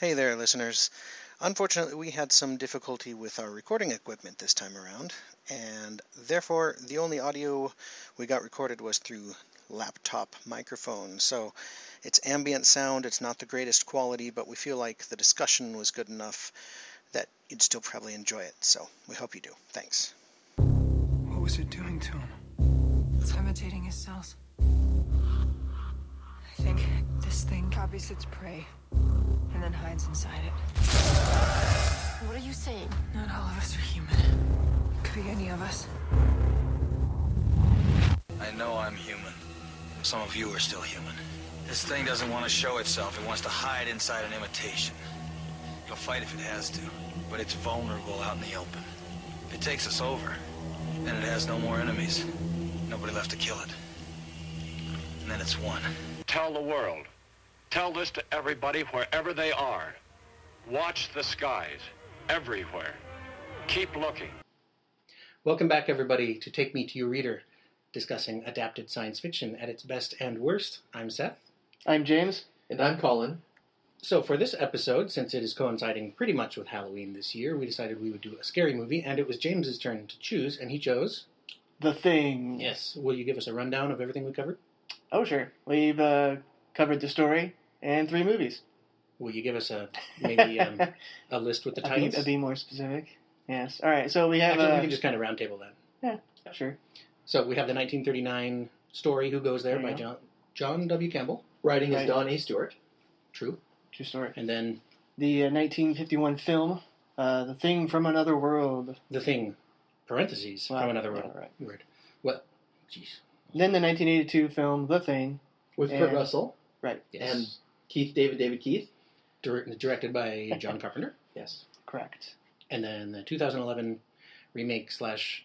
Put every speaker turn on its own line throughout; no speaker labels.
Hey there, listeners. Unfortunately, we had some difficulty with our recording equipment this time around, and therefore, the only audio we got recorded was through laptop microphone. So it's ambient sound, it's not the greatest quality, but we feel like the discussion was good enough that you'd still probably enjoy it. So we hope you do. Thanks.
What was it doing to him?
It's imitating his cells. I think this thing copies its prey and then hides inside it.
What are you saying?
Not all of us are human. Could be any of us.
I know I'm human. Some of you are still human. This thing doesn't want to show itself. It wants to hide inside an imitation. It'll fight if it has to, but it's vulnerable out in the open. If it takes us over, then it has no more enemies. Nobody left to kill it. And then it's won.
Tell the world. Tell this to everybody wherever they are. Watch the skies everywhere. Keep looking.
Welcome back, everybody, to Take Me to You Reader, discussing adapted science fiction at its best and worst. I'm Seth.
I'm James.
And I'm Colin.
So, for this episode, since it is coinciding pretty much with Halloween this year, we decided we would do a scary movie, and it was James's turn to choose, and he chose.
The Thing.
Yes. Will you give us a rundown of everything we covered?
Oh, sure. We've uh, covered the story and three movies.
Will you give us a maybe um, a list with the
I'll be,
titles?
I'll be more specific. Yes. All right. So we have.
Actually,
uh,
we can just kind of roundtable that.
Sure.
So we have the 1939 story "Who Goes There"
There you go.
by John John W. Campbell.
Writing
Mm-hmm. Right.
is Don A. Stewart.
True.
True story.
And then
The uh, 1951 film, uh, The Thing from Another World.
the thing, parentheses
Wow.
from another world.
All right.
Word. What? Jeez.
Then the 1982 film, The Thing.
With Kurt
And-
Russell.
Right.
Yes.
And Keith David David Keith.
Dir- directed by John Carpenter.
Yes.
Correct.
And then the 2011 remake slash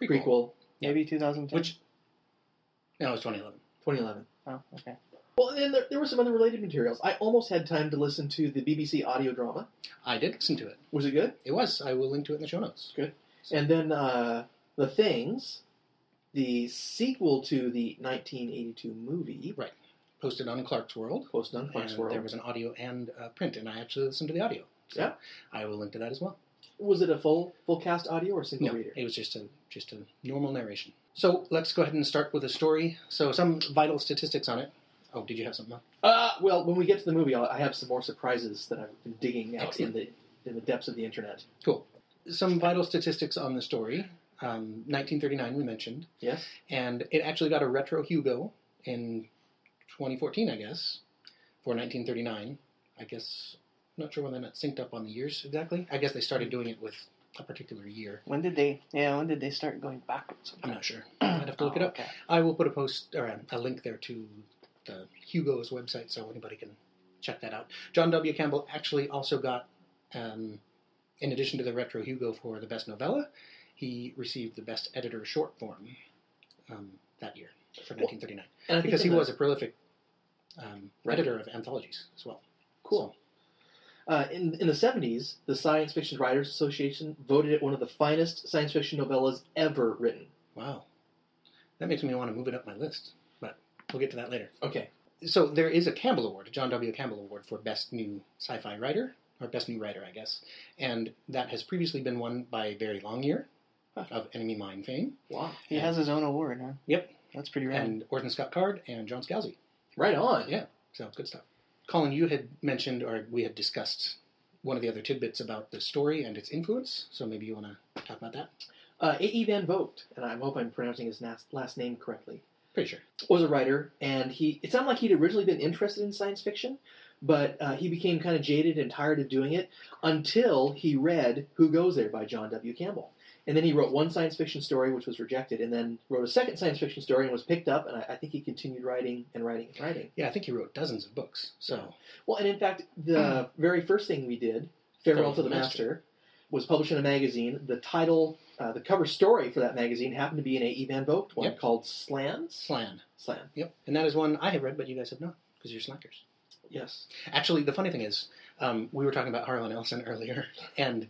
prequel.
Prequel.
Yeah.
Maybe 2002.
Which, no, it was 2011.
2011.
Oh, okay.
Well, and then there, there were some other related materials. I almost had time to listen to the BBC audio drama.
I did listen to it.
Was it good?
It was. I will link to it in the show notes.
And then uh, The Things, the sequel to the 1982 movie,
Posted on Clark's World.
Post on Fox
and
World.
There was an audio and uh, print, and I actually listened to the audio. So
Yeah.
I will link to that as well.
Was it a full full cast audio or single
No,
reader?
it was just a just a normal narration. So let's go ahead and start with a story. So some vital statistics on it. Oh, did you have something? Else?
Uh, well, when we get to the movie, I'll, I have some more surprises that I've been digging out in
Excellent.
the in the depths of the internet.
Cool. Some vital statistics on the story. Um, 1939 we mentioned,
Yes.
and it actually got a retro Hugo in 2014, I guess, for 1939. I guess I'm not sure when that synced up on the years exactly. I guess they started doing it with a particular year.
When did they? Yeah. When did they start going backwards?
I'm not sure. I'd have to look it
Oh,
up.
okay.
I will put a post or a, a link there to the Hugo's website so anybody can check that out. John W. Campbell actually also got, um, in addition to the retro Hugo for the best novella, he received the best editor short form um, that year for 1939
And I think
because he
in the-
was a prolific um,
Right.
editor of anthologies as well.
Cool. Uh, in, in the 70s, the Science Fiction Writers Association voted it one of the finest science fiction novellas ever written.
Wow, that makes me want to move it up my list, but we'll get to that later.
Okay.
so there is a Campbell Award, a John W. Campbell Award for Best New Sci-Fi Writer, or Best New Writer, I guess, and that has previously been won by Barry Longyear
Huh.
of Enemy Mine fame,
Wow.
He has his own award, huh?
Yep.
That's pretty rad.
and Orson Scott Card and John Scalzi.
Right on.
Yeah, so it's good stuff. Colin, you had mentioned, or we had discussed one of the other tidbits about the story and its influence, so maybe you want to talk about that?
Uh, A.E. Van Vogt, and I hope I'm pronouncing his nas- last name correctly,
Pretty sure.
was a writer, and he it sounded like he'd originally been interested in science fiction, but uh, he became kind of jaded and tired of doing it until he read Who Goes There by John W. Campbell. And then he wrote one science fiction story, which was rejected, and then wrote a second science fiction story and was picked up, and I, I think he continued writing and writing and writing.
Yeah, I think he wrote dozens of books, so
Well, and in fact, the very first thing we did, Farewell to the Master, was published in a magazine. The title, uh, the cover story for that magazine happened to be an A.E. Van Vogt one
Yep.
called Slams?
Slan.
Slam,
Yep, and that is one I have read, but you guys have not, because you're slackers.
yes.
Actually, the funny thing is, um, we were talking about Harlan Ellison earlier, and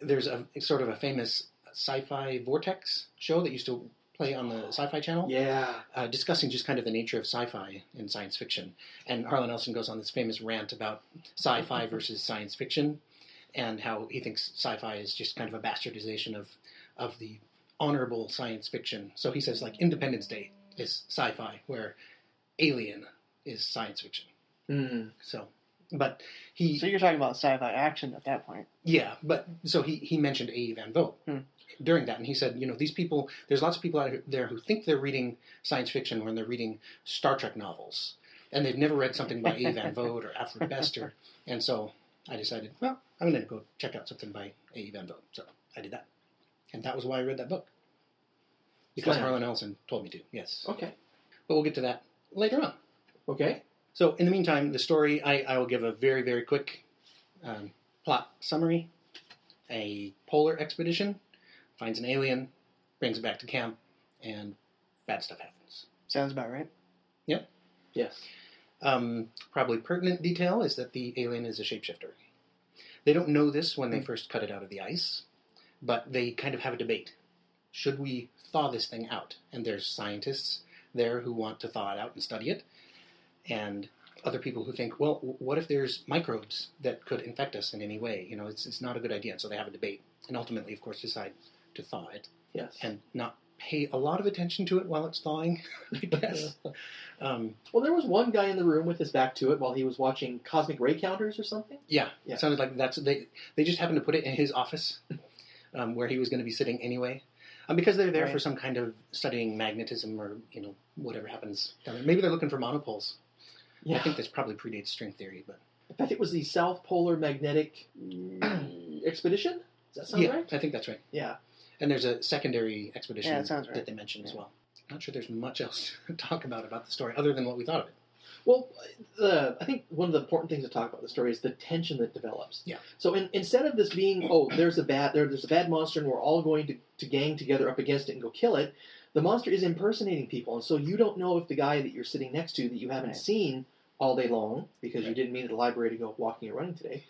there's a sort of a famous sci-fi vortex show that used to play on the Sci-Fi Channel
Yeah.
uh, discussing just kind of the nature of sci-fi and science fiction. And Harlan Ellison goes on this famous rant about sci-fi versus science fiction, and how he thinks sci-fi is just kind of a bastardization of of the honorable science fiction. So he says like Independence Day is sci-fi, where Alien is science fiction.
Mm.
So, but he
So you're talking about sci-fi action at that point.
yeah, but so he, he mentioned A.E. Van Vogt
Hmm.
during that, and he said, you know, these people, there's lots of people out there who think they're reading science fiction when they're reading Star Trek novels, and they've never read something by A.E. Van Vogt or Alfred Bester, and so I decided, well, I'm going to go check out something by A.E. Van Vogt. So I did that, and that was why I read that book because
Slam.
Harlan Ellison told me to. Yes,
Okay.
but we'll get to that later on.
Okay.
So, in the meantime, the story, I, I will give a very, very quick um, plot summary. A polar expedition finds an alien, brings it back to camp, and bad stuff happens.
Sounds about right.
Yes.
Um, probably pertinent detail is that the alien is a shapeshifter. They don't know this when they first cut it out of the ice, but they kind of have a debate. Should we thaw this thing out? And there's scientists there who want to thaw it out and study it, and other people who think, well, w- what if there's microbes that could infect us in any way? You know, it's, it's not a good idea. So they have a debate, and ultimately, of course, decide to thaw it
Yes.
and not pay a lot of attention to it while it's thawing, I guess. um,
well, there was one guy in the room with his back to it while he was watching cosmic ray counters or something.
Yeah,
Yeah.
it sounded like that's they. They just happened to put it in his office, um, where he was going to be sitting anyway, um, because they're there for
Right.
some kind of studying magnetism or you know whatever happens. down there. Maybe they're looking for monopoles. I think this probably predates string theory, but
In fact, it was the South Polar Magnetic mm, Expedition. Does that sound
yeah,
right?
I think that's right.
Yeah.
And there's a secondary expedition
Yeah, that sounds right.
that they mentioned as
Yeah.
well. Not sure there's much else to talk about about the story other than what we thought of it.
Well, the, I think one of the important things to talk about in the story is the tension that develops.
Yeah.
So in, instead of this being, oh, there's a bad there, there's a bad monster, and we're all going to, to gang together up against it and go kill it, the monster is impersonating people, and so you don't know if the guy that you're sitting next to that you haven't
Right.
seen all day long because you
Right.
didn't meet at the library to go walking or running today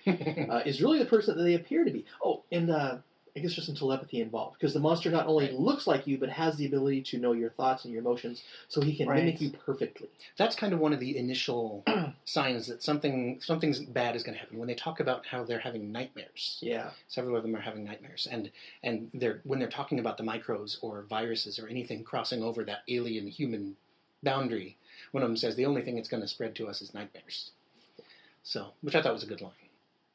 uh, is really the person that they appear to be. Oh, and uh, I guess there's some telepathy involved because the monster not only
Right.
looks like you but has the ability to know your thoughts and your emotions, so he can
Right.
mimic you perfectly.
that's kind of one of the initial signs that something something's bad is going to happen when they talk about how they're having nightmares.
Yeah.
several of them are having nightmares and and they're when they're talking about the microbes or viruses or anything crossing over that alien human boundary one of them says the only thing that's going to spread to us is nightmares so which i thought was a good line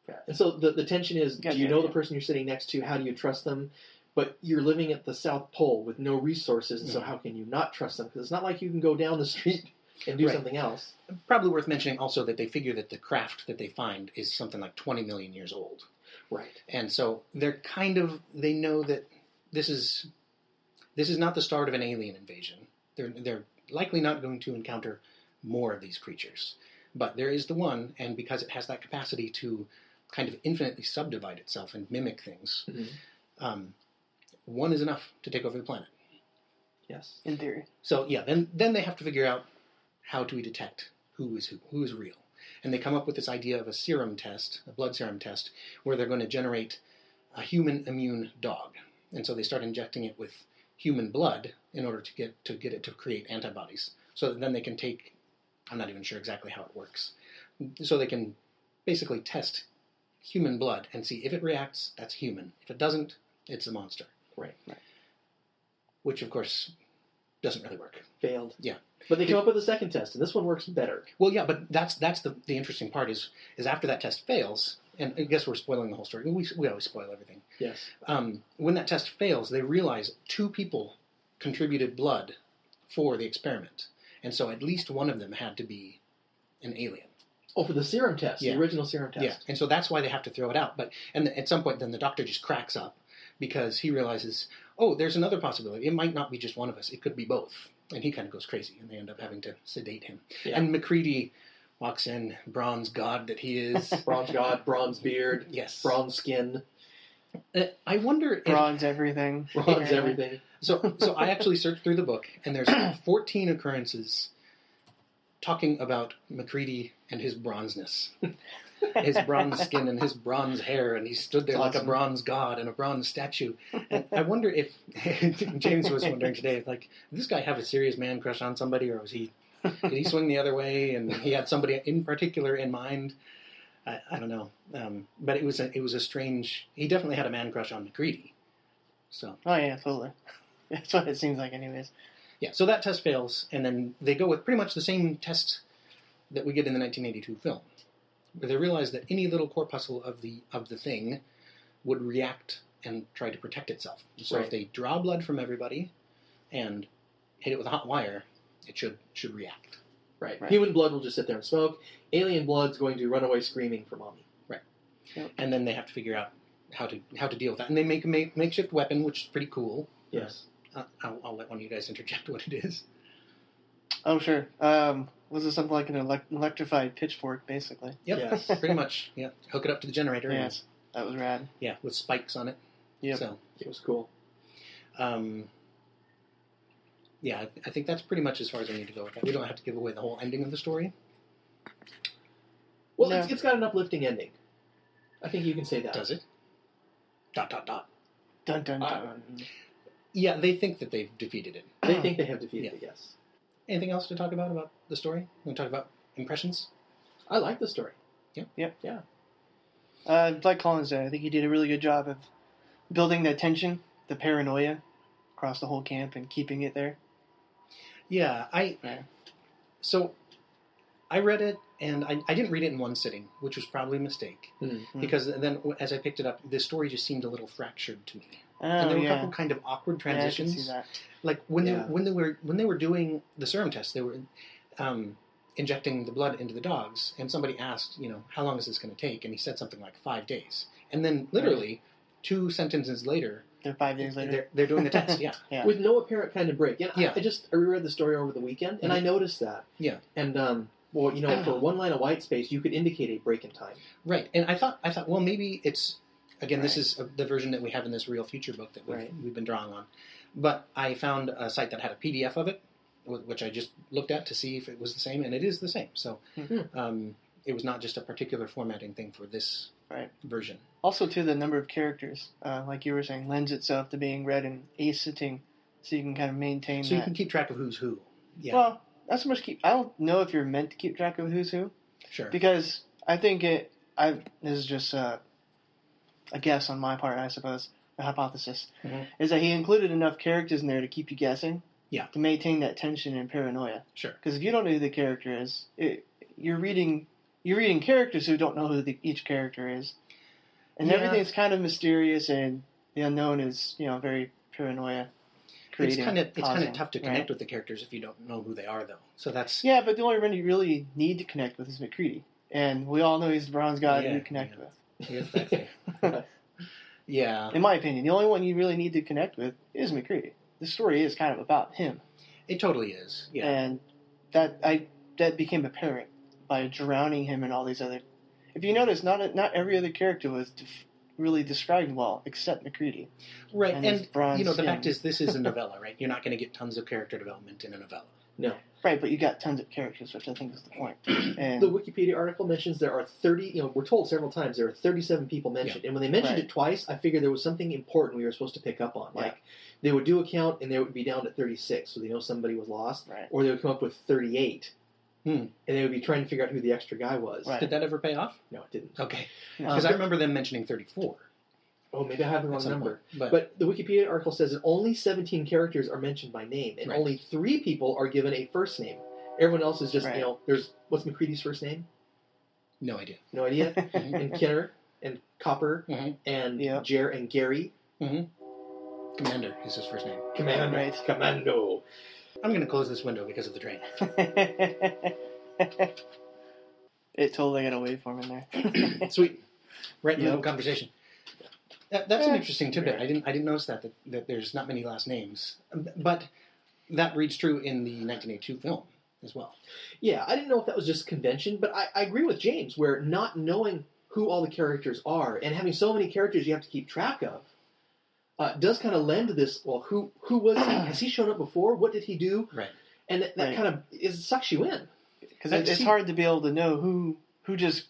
Yeah. And so the, the tension is do
Gotcha,
you know the
yeah.
person you're sitting next to? How do you trust them? But you're living at the South Pole with no resources, and so
Mm-hmm.
Mhm.
how can you not trust them? Because it's not like you can go down the street and do
Right.
something else.
probably worth mentioning also that they figure that the craft that they find is something like 20 million years old
Right.
and so they're kind of they know that this is this is not the start of an alien invasion they're they're likely not going to encounter more of these creatures but there is the one and because it has that capacity to kind of infinitely subdivide itself and mimic things
Mhm.
um, one is enough to take over the planet
Yes.
In theory.
so yeah, then then they have to figure out how do we detect who is who, who is real, and they come up with this idea of a serum test, a blood serum test, where they're going to generate a human immune dog, and so they start injecting it with human blood in order to get to get it to create antibodies, so that then they can take. I'm not even sure exactly how it works, so they can basically test human blood and see if it reacts. That's human. If it doesn't, it's a monster.
Right. right.
Which of course doesn't really work.
Failed.
Yeah.
But they came up with a second test, and this one works better.
Well, yeah, but that's that's the, the interesting part is is after that test fails, and I guess we're spoiling the whole story. We we always spoil everything.
Yes.
Um, when that test fails, they realize two people contributed blood for the experiment, and so at least one of them had to be an alien.
Oh, for the serum test,
Yeah.
the original serum test.
Yeah, and so that's why they have to throw it out. But and at some point, then the doctor just cracks up because he realizes, oh, there's another possibility. It might not be just one of us. It could be both. And he kind of goes crazy, and they end up having to sedate him.
Yeah.
And McCready walks in, bronze god that he is.
Bronze god, bronze beard,
yes.
bronze skin,
Uh, I wonder. If,
Bronze everything.
bronze
Yeah.
everything.
So, so I actually searched through the book, and there's 14 occurrences talking about McCready and his bronzeness. his bronze skin and his bronze hair, and he stood there
It's
like a
awesome.
bronze god and a bronze statue. And I wonder if James was wondering today, like, did this guy have a serious man crush on somebody, or was he? Did he swing the other way, and he had somebody in particular in mind? I, I don't know, um, but it was a, it was a strange. He definitely had a man crush on McCready. So
Oh yeah, totally. That's what it seems like, anyways.
yeah, so that test fails, and then they go with pretty much the same test that we get in the 1982 film, where they realize that any little corpuscle of the of the thing would react and try to protect itself. So if
Right.
they draw blood from everybody and hit it with a hot wire, it should should react.
Right.
Right.
Human blood will just sit there and smoke. Alien blood's going to run away screaming for mommy.
And then they have to figure out how to how to deal with that, and they make a make, makeshift weapon, which is pretty cool.
Yes.
Uh, I'll, I'll let one of you guys interject what it is.
Oh sure. Um, this is something like an elec electrified pitchfork, basically.
Yep,
Yes.
pretty much. Yeah, hook it up to the generator. and-
Yes, that was rad.
yeah, with spikes on it.
Yep.
So
It was cool.
Um, yeah, I, I think that's pretty much as far as we need to go with that. We don't have to give away the whole ending of the story.
Well,
No.
it's, it's got an uplifting ending. I think you can say that.
Does it? Dot dot dot.
Dun dun
Uh,
dun.
Yeah, they think that they've defeated it.
They think they have defeated it, yes.
Anything else to talk about about the story? We to talk about impressions.
I like the story.
Uh, like Collins said, I think he did a really good job of building that tension, the paranoia across the whole camp, and keeping it there.
Yeah, I.
Yeah.
So, I read it and I, I didn't read it in one sitting, which was probably a mistake
Mm.
Hmm.
because then as I picked it up, the story just seemed a little fractured to me,
Oh,
and there were a
yeah.
couple kind of awkward
Yeah, I can
transitions.
see that.
like when
Yeah.
they, when they were when they were doing the serum test, they were um, injecting the blood into the dogs, and somebody asked, you know, how long is this going to take? And he said something like five days, and then literally two sentences later,
They're five days later.
they're they're doing the test. Yeah,
Yeah.
With no apparent kind of break. And
Yeah.
I, I just I reread the story over the weekend, and I
Mm-hmm.
noticed that.
Yeah.
And, um, well, you know, for one line of white space, you could indicate a break in time.
right. And I thought I thought well maybe it's again this
Right.
is uh the version that we have in this real future book that we've,
Right.
we've been drawing on, but I found a site that had a PDF of it, wh- which I just looked at to see if it was the same, and it is the same. So.
Hmm.
Mhm.
Um, it was not just a particular formatting thing for this
Right.
version.
Also, too, the number of characters, uh, like you were saying, lends itself to being read and accenting, so you can kind of maintain
So you
that.
can keep track of who's who. Yeah,
Well, not so much keep. I don't know if you're meant to keep track of who's who
sure.
because I think it. I this is just uh, a guess on my part, I suppose. A hypothesis
Mhm.
is that he included enough characters in there to keep you guessing.
Yeah.
To maintain that tension and paranoia.
Sure.
Because if you don't know who the character is, it, you're reading you're reading characters who don't know who the, each character is, and
Yeah.
everything's kind of mysterious and the unknown is you know very paranoia.
it's
creating,
kind of it's kind
causing,
of tough to
right?
connect with the characters if you don't know who they are, though. So that's
Yeah, but the only one you really need to connect with is McCready, and we all know he's the bronze god
Yeah,
you connect
yeah.
with.
here's that thing. yeah,
In my opinion, the only one you really need to connect with is McCready. The story is kind of about him,
it totally is. Yeah,
and that I that became apparent by drowning him in all these other. If you notice, not not every other character was def- really described well, except McCready.
right.
and
And,
his bronze
you know, the fact
skin.
is, this is a novella, right? You're not going to get tons of character development in a novella.
Right, but you got tons of characters, which I think is the point. And
The Wikipedia article mentions there are 30, you know, we're told several times there are 37 people mentioned. And when they mentioned
Right.
it twice, I figured there was something important we were supposed to pick up on.
Yeah.
Like, they would do a count and they would be down to 36, so they know somebody was lost.
right,
Or they would come up with 38.
Hmm.
And they would be trying to figure out who the extra guy was.
Right.
Did that ever pay off?
No, it didn't.
Okay,
No.
because I
Um,
remember them mentioning 34.
Oh, maybe I have the
at
wrong
some
number.
point, but,
But the Wikipedia article says that only 17 characters are mentioned by name, and
Right.
only three people are given a first name. Everyone else is just,
Right.
you know, there's what's McCready's first name?
no idea.
No idea.
Mm-hmm.
and Kinner and Copper
Mhm.
and
Yeah.
Jer and Gary.
Commander is his first name.
Commando.
Right.
Commando.
I'm going to close this window because of the drain.
it totally got away from him there.
Sweet. Right in the
Yeah.
middle of conversation. That, that's an
Eh,
interesting tidbit. I didn't I didn't notice that, that that there's not many last names, but that reads true in the 1982 film as well.
Yeah, I didn't know if that was just convention, but I, I agree with James where not knowing who all the characters are and having so many characters you have to keep track of uh, does kind of lend to this. Well, who who was he? Has he shown up before? What did he do?
Right.
And that, that
Right.
kind of is, sucks you in.
because it,
I've
it's
seen-
hard to be able to know who who just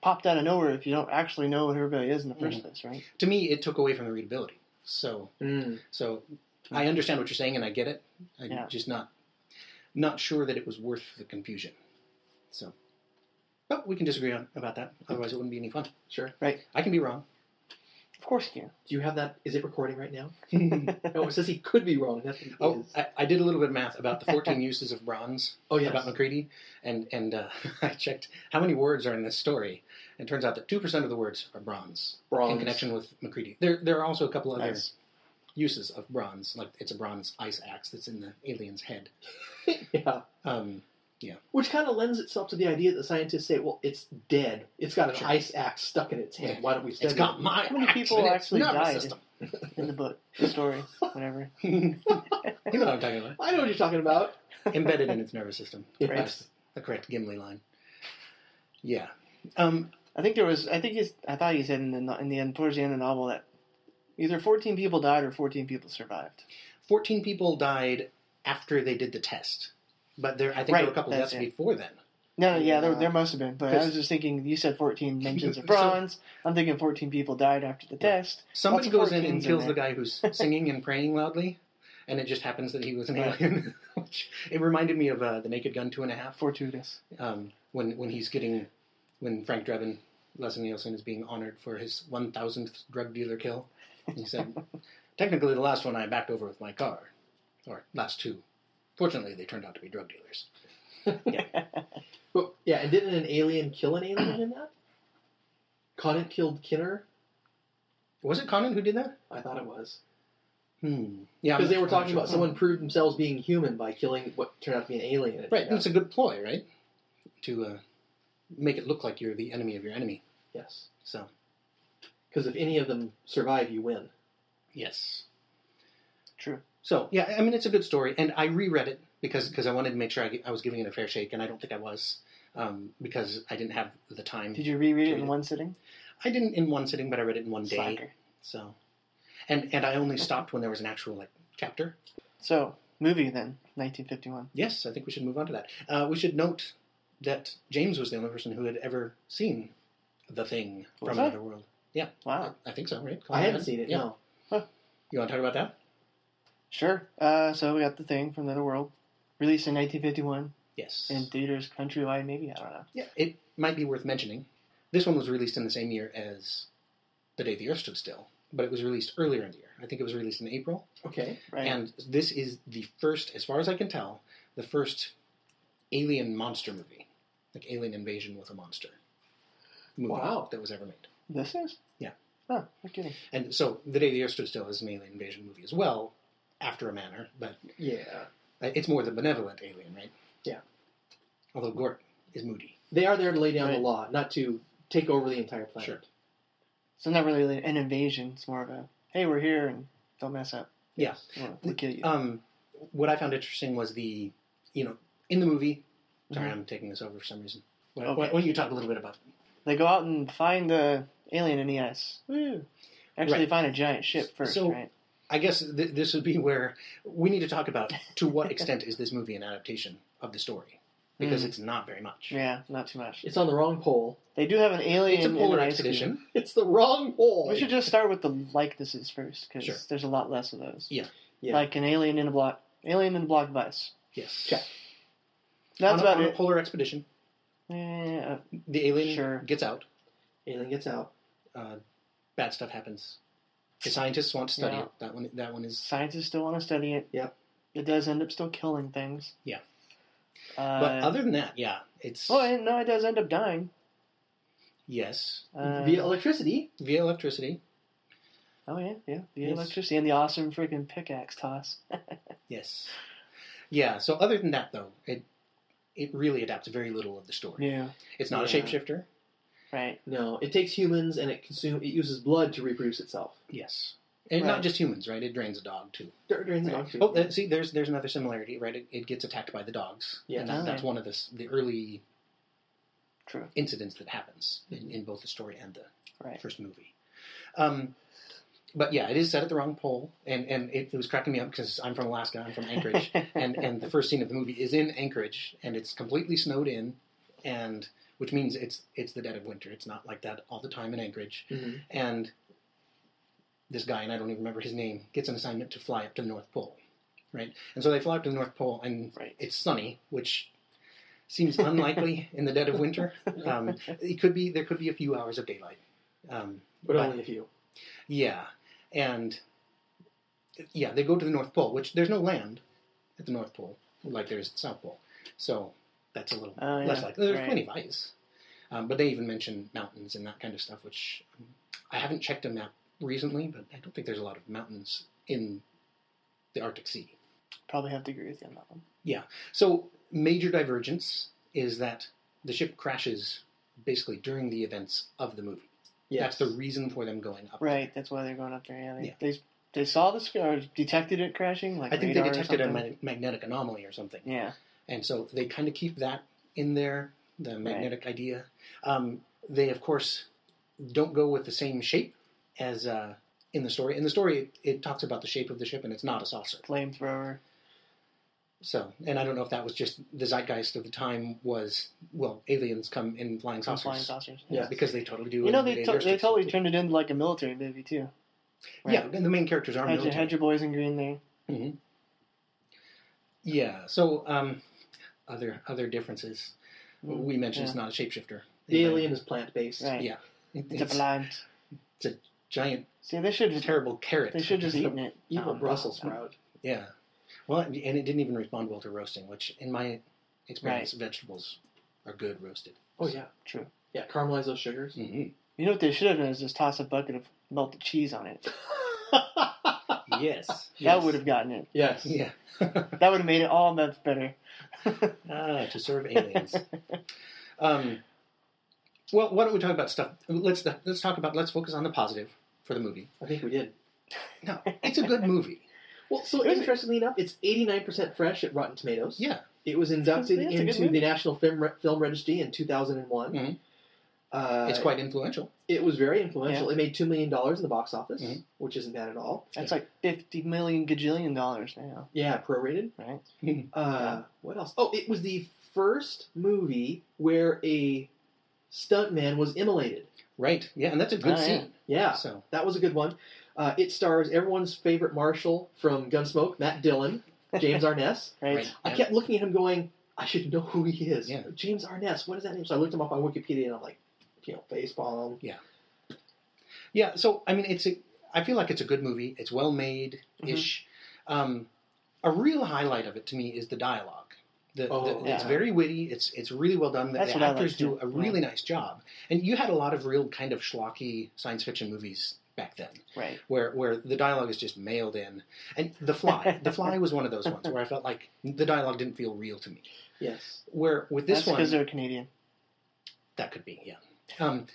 popped out of nowhere if you don't actually know what everybody is in the 1st
Mhm.
place, right?
To me, it took away from the readability. So,
Mm.
so I understand what you're saying, and I get it. I'm
Hmm. Yeah.
just not not sure that it was worth the confusion. So, but we can disagree on about that. Otherwise, it wouldn't be any fun.
Sure.
I can be wrong.
Of course you
Do you have that? Is it recording right now?
can.
No, it says he could be wrong. That's what it
Oh,
is.
I, I did a little bit of math about the 14 uses of bronze.
Oh, yes.
about Macready, and and uh, I checked how many words are in this story. It turns out that two percent of the words are bronze, in
Bronze.
connection with Macready. There there are also a couple other
Nice.
uses of bronze, like it's a bronze ice axe that's in the alien's head.
yeah.
Um,
Which kind of lends itself to the idea that scientists say, well, it's dead. It's got an
Sure.
ice axe stuck in its head.
Yeah.
Why don't we study
it's got
it?
my
How many
axe
people
in its
actually
nervous
died?
system.
in the book, the story, whatever.
You know what I'm talking about?
I know what you're talking about.
Embedded in its nervous system.
Yes.
That's the correct Gimli line. Yeah. Um,
I think there was. I think he's. I thought he said in the no- in the end towards the end of the novel that either 14 people died or 14 people survived.
14 people died after they did the test, but there I think there
Right,
were a couple
that's
deaths
it.
before then.
No, no, yeah, there,
Yeah.
there must have been, but I
Because-
was just thinking. You said 14 mentions
So-
of bronze. I'm thinking 14 people died after the test.
Somebody
Lots of
goes in and
14s in
kills the
there.
guy who's singing and praying loudly, and it just happens that he was an
Yeah.
alien. Which it reminded me of uh, the Naked Gun two and a half,
Fortuitous.
um, when when he's getting when Frank Drebin, Leslie Nielsen is being honored for his one thousandth drug dealer kill. And He said, "Technically, the last one I backed over with my car, or last two. Fortunately, they turned out to be drug dealers.
But, yeah, and didn't an alien kill an alien in that? Conant killed Kinner?
Was it Conan who did that?
I thought it was.
Hmm. Yeah, I'm
Because they
not-
were
I'm not
talking about
sure.
someone proved themselves being human by killing what turned out to be an alien.
Right,
Yeah.
it's a good ploy, right? To uh, make it look like you're the enemy of your enemy.
Yes.
So,
Because if any of them survive, you win.
yes.
True.
So, yeah, I mean, it's a good story, and I reread it because because I wanted to make sure I, g- I was giving it a fair shake, and I don't think I was um, because I didn't have the time.
Did you reread it
Read
in
it.
one sitting?
I didn't in one sitting, but I read it in one day.
Slacker.
So, and and I only stopped when there was an actual like chapter.
So movie then 1951.
Yes, I think we should move on to that. Uh, we should note that James was the only person who had ever seen the thing
Was
from
I?
another world. Yeah,
Wow.
I think so, right?
Oh. I haven't seen it,
Yeah.
no.
You want to talk about that?
Sure. Uh, so we got the thing from another world, released in 1951
Yes.
in theaters countrywide. Maybe I don't know.
yeah, it might be worth mentioning. This one was released in the same year as The Day the Earth Stood Still, but it was released earlier in the year. I think it was released in April.
Okay.
Right.
And this is the first, as far as I can tell, the first alien monster movie, like alien invasion with a monster movie
Wow.
that was ever made.
this is.
Yeah.
Oh, no kidding.
And so The Day the Earth Stood Still is an alien invasion movie as well, after a manner, but
Yeah.
uh, it's more the benevolent alien, right?
Yeah.
Although Gort is moody.
They are there to lay down
Right.
the law, not to take over the entire planet.
Sure.
So not really an invasion. It's more of a hey, we're here and don't mess up.
Yeah.
We'll, we'll kill you.
um, what I found interesting was the, you know, in the movie. Sorry, I'm taking this over for some reason. Why, why-
Mm-hmm. Okay.
why don't you talk a little bit about?
they go out and find the alien in the ice. Woo! Actually,
Right.
find a giant ship first,
So-
right?
I guess th- this would be where we need to talk about to what extent is this movie an adaptation of the story because
Mm.
it's not very much.
Yeah, not too much.
It's on the wrong pole.
They do have an alien
It's a
in
polar
an ice cube.
expedition.
It's the wrong pole.
We should just start with the likenesses first, because
Sure.
there's a lot less of those.
Yeah.
Yeah.
Like an alien in a block, alien in a block of ice.
Yes.
Check.
That's
on a,
about
on a
it.
polar expedition.
Eh, uh,
The alien
Sure.
gets out.
Alien gets out.
Uh, bad stuff happens. The scientists want to study
Yeah.
it. That one. That one is.
scientists still want to study it.
Yep.
It does end up still killing things.
Yeah.
Uh,
But other than that, yeah, it's
well, and no, it does end up dying.
yes
Uh,
Via electricity.
via electricity.
Oh yeah, yeah. The
Yes.
electricity and the awesome freaking pickaxe toss.
Yes. Yeah. So other than that, though, it it really adapts very little of the story.
Yeah.
It's not
Yeah.
a shapeshifter.
Right.
No, it takes humans and it consume. It uses blood to reproduce itself.
Yes. And not
Right.
just humans, right? It drains a dog too.
Dur- During the
Right.
doctor.
Oh, uh, see, there's there's another similarity, right? It, it gets attacked by the dogs,
Yeah.
and that, that's
Okay.
one of the s- the early
True.
incidents that happens in, in both the story and the
Right.
first movie. Um, but yeah, it is set at the wrong pole, and and it, it was cracking me up because I'm from Alaska, I'm from Anchorage, and and the first scene of the movie is in Anchorage, and it's completely snowed in, and which means it's it's the dead of winter. It's not like that all the time in Anchorage.
Mhm.
And this guy, and I don't even remember his name, gets an assignment to fly up to the North Pole, right? And so they fly up to the North Pole, and
Right.
it's sunny, which seems unlikely in the dead of winter. Um, it could be there could be a few hours of daylight. Um,
but only a few.
yeah, and yeah, they go to the North Pole, which there's no land at the North Pole like there is at the South Pole, so that's a little
Oh, yeah.
less likely. There's
Right.
plenty of ice, um, but they even mention mountains and that kind of stuff, which um, I haven't checked a map recently, but I don't think there's a lot of mountains in the Arctic Sea.
Probably have to agree with you on that one.
So, major divergence is that the ship crashes basically during the events of the movie.
Yes.
That's the reason for them going up.
Right, that's why they're going up there. Yeah, they
Yeah.
they, they saw the sky or detected it crashing. Like
I think they
radar or
detected a
something.
mag- magnetic anomaly or something.
Yeah,
And so they kind of keep that in there, the magnetic idea. Um, they, of course, don't go with the same shape as uh, in the story. In the story, it, it talks about the shape of the ship, and it's not a saucer.
flamethrower.
So, and I don't know if that was just the zeitgeist of the time was, well, aliens come in flying
some
saucers.
Flying saucers.
Yeah.
Because they totally do.
You know
and
they, to-
they're
they totally
still-
turned it into like a military movie too. Right?
Yeah, and the main characters are
Had your,
military.
had your boys in green there.
Yeah. So, um, other other differences.
Mm,
we mentioned it's
yeah.
not a shapeshifter.
The alien is plant based.
Right.
Yeah.
It's a
It's a
plant.
giant,
See, they should just
terrible carrot.
they should just eaten it.
Evil
Um,
Brussels
um,
sprout.
Yeah. Well, and it didn't even respond well to roasting, which, in my experience, vegetables are good roasted.
Oh yeah,
True.
yeah. Caramelize those sugars.
Mm-hmm.
You know what they should have done is just toss a bucket of melted cheese on it.
yes.
That would have gotten it.
yes.
Yeah.
That would have made it all much better.
Ah, to serve aliens. um, well, why don't we talk about stuff? Let's let's talk about let's focus on the positive for the movie.
I think we did.
No, it's a good movie.
Well, so
It was-
interestingly enough, it's 89% fresh at Rotten Tomatoes.
Yeah.
It was inducted
That's a good
into
movie. Mm-hmm.
the National Film, Re- Film Registry in 2001.
Mhm.
Uh,
It's quite influential.
It was very influential. It made $2 million in the box office,
Mhm.
which isn't bad at all.
Mm-hmm. That's like fifty million gajillion dollars now.
Yeah, prorated.
Right.
Uh, What else? Oh, it was the first movie where a stuntman was immolated. Uh,
Right. Yeah, and that's a good
Oh, yeah.
scene.
Yeah,
So
that was a good one. Uh, it stars everyone's favorite marshal from Gunsmoke, Matt Dillon, James Arness.
Right.
I kept looking at him going, I should know who he is.
Yeah.
James Arness, what is that name? So I looked him up on Wikipedia and I'm like, you know, facepalm.
Yeah, so I mean, it's a. I feel like it's a good movie. It's well made ish.
Mm-hmm.
Um, a real highlight of it to me is the dialogue. The,
Oh,
the- It's
yeah.
very witty. It's it's really well done. The,
That's
the
what I
actors
like,
do
too.
a really nice job. And you had a lot of real kind of schlocky science fiction movies back then,
Right.
where where the dialogue is just mailed in. And The Fly, The Fly was one of those ones where I felt like the dialogue didn't feel real to me.
Yes.
Where with this
That's
one,
because they're Canadian.
that could be, yeah. Um,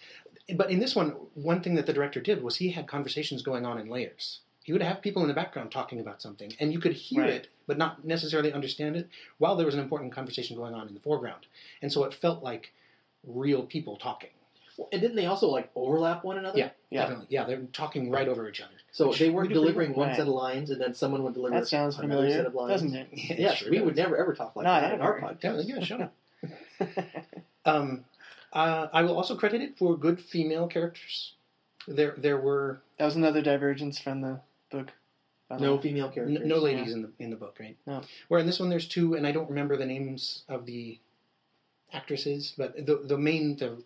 but in this one, one thing that the director did was he had conversations going on in layers. He would have people in the background talking about something, and you could hear
Right.
it, but not necessarily understand it, while there was an important conversation going on in the foreground. And so it felt like real people talking.
Well, and didn't they also like overlap one another?
Yeah.
Yeah.
Definitely. Yeah, they're talking right over each other.
So
Which
they
we
weren't
do pretty
delivering
well.
one
Right.
set of lines and then someone would deliver
That sounds
another set
familiar,
of lines.
doesn't it?
well.
Yes,
Sure
we
does.
would never ever talk like
No,
that in
never.
our podcast.
Definitely. Yeah, shut up. um, uh, I will also credit it for good female characters. There, there were
That was another divergence from the book. by the
No
way.
female
N-
characters.
no ladies in the in the book, right?
No.
Where in this one there's two, and I don't remember the names of the actresses, but the the main the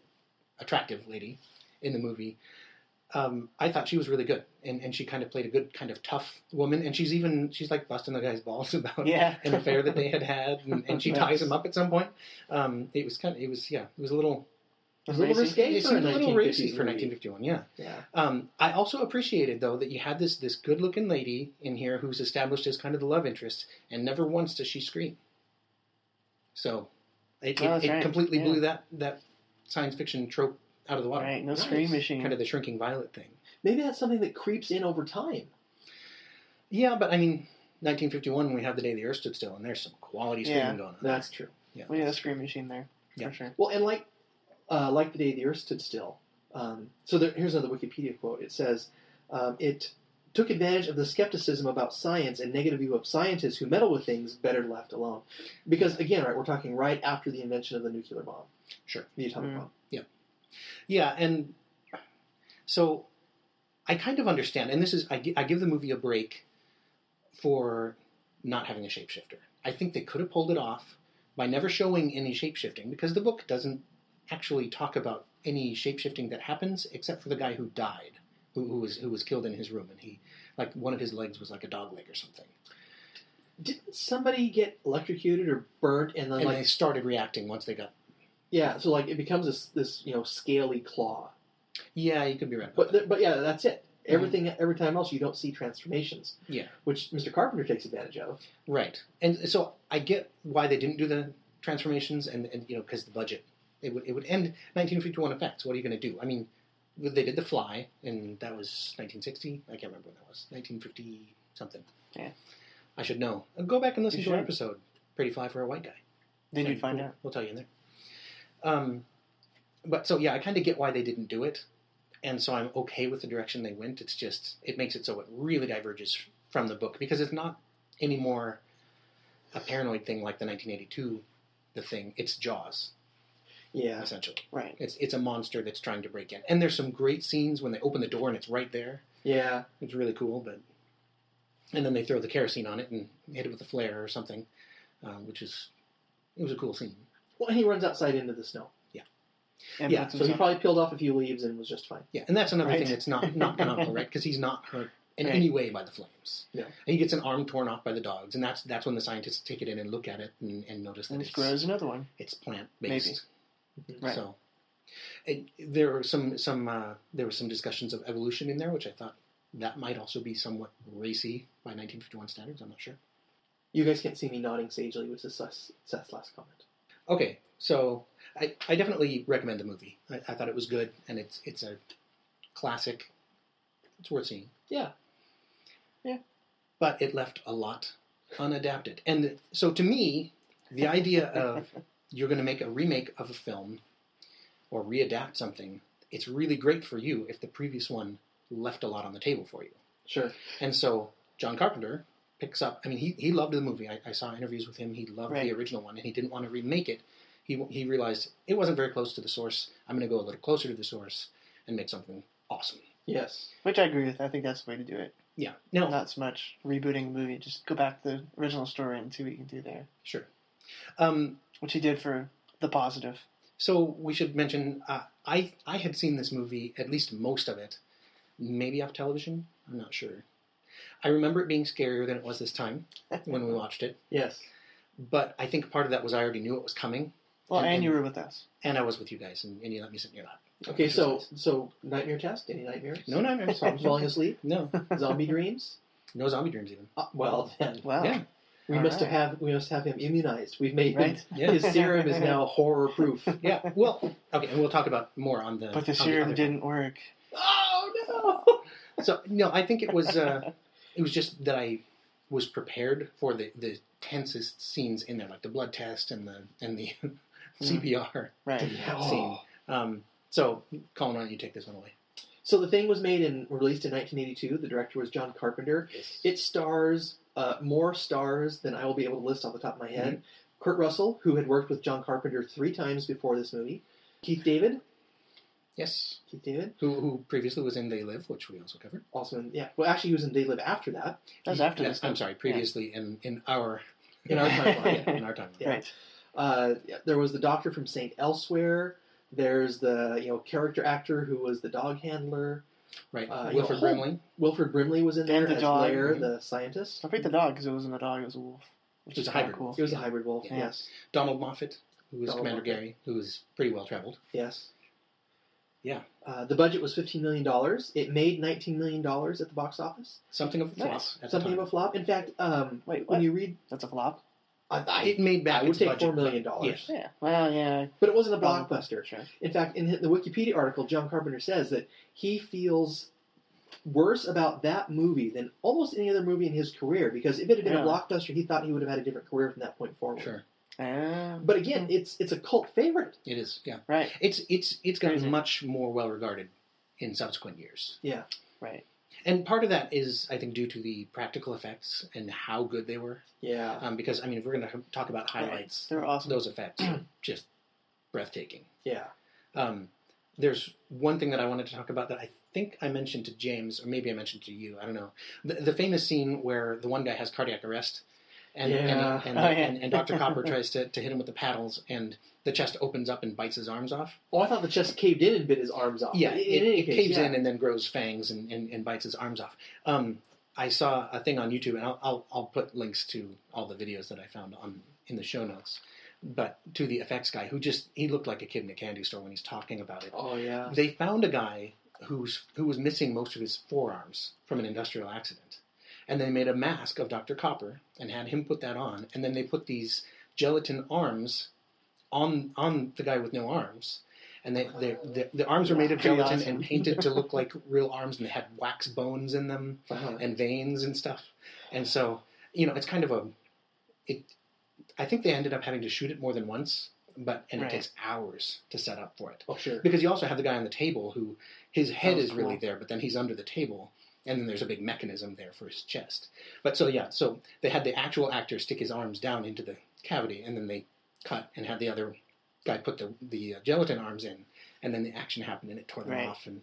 attractive lady in the movie, um, I thought she was really good, and and she kind of played a good kind of tough woman, and she's even she's like busting the guy's balls about
Yeah.
an affair that they had had, and, and she
Nice.
ties him up at some point. Um, it was kind of it was yeah it was a little
It was a little
Racy.
risque
it
for a
seemed a little
1950s
racy for
movie.
1951, yeah.
Yeah.
Um, I also appreciated though that you had this this good looking lady in here who's established as kind of the love interest, and never once does she scream. So, it,
No,
it,
that's
it
right.
completely
Yeah.
blew that that science fiction trope out of the water.
Right. No
Nice.
screen machine.
Kind of the shrinking violet thing.
Maybe that's something that creeps in over time.
Yeah, but I mean, 1951 when we have the day the Earth stood still, and there's some quality screaming
Yeah.
going on.
That's true.
yeah.
We had a screen machine there.
Yeah.
For sure.
Well, and like uh, like the day the Earth stood still. Um, so there, here's another Wikipedia quote. It says um, it took advantage of the skepticism about science and negative view of scientists who meddle with things better left alone. Because again, right, we're talking right after the invention of the nuclear bomb,
Sure.
the atomic
Mm.
bomb.
Yeah, and so I kind of understand, and this is I, gi- I give the movie a break for not having a shapeshifter. I think they could have pulled it off by never showing any shapeshifting because the book doesn't actually talk about any shapeshifting that happens except for the guy who died, who, who was who was killed in his room, and he like one of his legs was like a dog leg or something,
Didn't somebody get electrocuted or burnt and then
and
like
they started reacting once they got.
yeah, so like it becomes this this you know scaly claw.
Yeah, you could be right. About
But
that.
th- but yeah, that's it.
Mm-hmm.
Everything every time else you don't see transformations,
yeah.
which Mr. Carpenter takes advantage of.
Right, and so I get why they didn't do the transformations, and, and you know, because the budget, it would it would end 1951 effects. What are you going to do? I mean, they did The Fly, and that was 1960. I can't remember when that was. 1950 something.
Yeah.
I should know. Go back and listen
You
to our
should.
episode, "Pretty Fly for a White Guy."
Did you
And
find
we'll-
out?
We'll tell you in there. Um, but so yeah, I kind of get why they didn't do it, and so I'm okay with the direction they went. It's just it makes it so it really diverges from the book because it's not any more a paranoid thing like the 1982 the thing. It's Jaws
Yeah,
essentially.
Right.
It's it's a monster that's trying to break in, and there's some great scenes when they open the door and it's right there.
yeah.
It's really cool, but and then they throw the kerosene on it and hit it with a flare or something, um, which is it was a cool scene.
Well, and he runs outside into the snow,
And
Yeah,
puts
so he
himself-
probably peeled off a few leaves and was just fine.
Yeah, and that's another
Right.
thing that's not not canonical, right? Because he's not hurt in
Right.
any way by the flames.
Yeah.
and he gets an arm torn off by the dogs, and that's that's when the scientists take it in and look at it and, and notice that
and
it's
just grows another one.
it's plant based.
Mm-hmm.
Right.
So, and there are some some uh, there were some discussions of evolution in there, which I thought that might also be somewhat racy by 1951 standards. I'm not sure.
You guys can't see me nodding sagely, which is Seth's, Seth's last comment.
Okay, so I, I definitely recommend the movie. I, I thought it was good, and it's it's a classic. It's worth seeing.
Yeah.
Yeah.
But it left a lot unadapted, and so to me, the idea of you're going to make a remake of a film or readapt something, it's really great for you if the previous one left a lot on the table for you.
Sure.
And so John Carpenter picks up. I mean, he, he loved the movie. I, I saw interviews with him. He loved the
Right.
original one, and he didn't want to remake it. He he realized it wasn't very close to the source. I'm going to go a little closer to the source and make something awesome.
Yes.
Which I agree with. I think that's the way to do it.
Yeah. Now,
Not so much rebooting a movie. Just go back to the original story and see what you can do there.
sure. Um,
Which he did for the positive.
so we should mention uh, I I had seen this movie at least most of it, maybe off television. I'm not sure. I remember it being scarier than it was this time when
Mm-hmm.
we watched it,
Yes.
but I think part of that was I already knew it was coming,
Well,
And-
and, you
and-
were with us.
and I was with you guys, and, and you let me sit in your lap.
Okay,
Which was
so
nice.
so nightmare test? Any nightmares?
No nightmares.
Problems falling asleep?
no,
Zombie dreams?
no zombie dreams even.
Uh, well then,
Wow.
Yeah.
we
All
must
right.
have we must have him immunized. We've made
Right?
Yeah.
his serum is now horror proof.
Yeah. Well, okay, and we'll talk about more on the.
But the
on
serum
other-
didn't work.
oh no!
So no, I think it was. Uh, it was just that I was prepared for the the tensest scenes in there, like the blood test and the and the
Hmm.
CPR.
Mm, Right.
Scene. Um, so Colin, why don't you take this one away?
So the thing was made and released in 1982. The director was John Carpenter. It stars uh, more stars than I will be able to list off the top of my head. Kurt Russell, who had worked with John Carpenter three times before this movie. Keith David.
Yes.
Keith David.
Who who previously was in They Live, which we also covered.
Also in yeah. Well, actually, he was in Day Live after that
That was after
Yes,
this.
Uh, I'm sorry. Previously in in our
in our timeline.
yeah, in our time.
Yeah.
Right.
uh, there was the doctor from Saint Elsewhere. There's the you know character actor who was the dog handler.
Right.
Uh,
Wilford
your whole-
Brimley.
Wilfred Brimley was in there
And the
as
dog.
Blair, the scientist.
I picked the dog because it wasn't a dog, it was a wolf. Which
It
is
was a
kinda
hybrid.
cool.
It was a hybrid wolf.
Yeah.
Yes.
Donald Moffat, who was
Donald
Commander
Moffat.
Gary, who was pretty well traveled.
Yes.
Yeah.
Uh, the budget was fifteen million dollars. It made nineteen million dollars at the box office.
Something of a flop.
Nice.
At
Something
the
of
time.
a flop. In fact, um,
Wait,
when
what?
you read,
That's a flop?
I, I,
It made back.
I would
its
take
budget,
four million
but-
dollars.
yeah.
Yeah. Well, yeah.
but it wasn't a
Well,
blockbuster.
Sure.
In fact, in the Wikipedia article, John Carpenter says that he feels worse about that movie than almost any other movie in his career because if it had been
Yeah.
a blockbuster, he thought he would have had a different career from that point forward.
Sure,
Ah,
But again, it's it's a cult favorite.
it is. Yeah,
right. Mm-hmm.
it's it's it's gotten
Crazy.
much more well regarded in subsequent years.
Right.
And part of that is, I think, due to the practical effects and how good they were.
Yeah.
Um, because I mean, if we're going to talk about highlights,
They're awesome.
those effects are just breathtaking.
Yeah.
Um, there's one thing that I wanted to talk about that I think I mentioned to James, or maybe I mentioned to you. I don't know. The, the famous scene where the one guy has cardiac arrest, and
Yeah.
and, and,
Oh, yeah.
and, and Doctor Copper tries to, to hit him with the paddles, and the chest opens up and bites his arms off.
Oh, I thought the chest caved in and bit his arms off.
Yeah,
In,
it,
any
it
case,
caves
yeah.
in and then grows fangs and, and, and bites his arms off. Um, I saw a thing on YouTube, and I'll, I'll I'll put links to all the videos that I found on in the show notes. But to the effects guy, who just he looked like a kid in a candy store when he's talking about it.
Oh yeah.
They found a guy who's who was missing most of his forearms from an industrial accident, and they made a mask of Doctor Copper and had him put that on, and then they put these gelatin arms on on the guy with no arms, and they, they, the the arms were made of
Pretty
gelatin
awesome.
and painted to look like real arms, and they had wax bones in them
Uh-huh.
uh, and veins and stuff, and so you know it's kind of a it. I think they ended up having to shoot it more than once, but and
Right.
it takes hours to set up for it
Oh sure.
because you also have the guy on the table who his head
was
is really
Oh, cool.
there, but then he's under the table, and then there's a big mechanism there for his chest. But so yeah, so they had the actual actor stick his arms down into the cavity, and then they cut and had the other guy put the the uh, gelatin arms in, and then the action happened and it tore them
Right.
off. And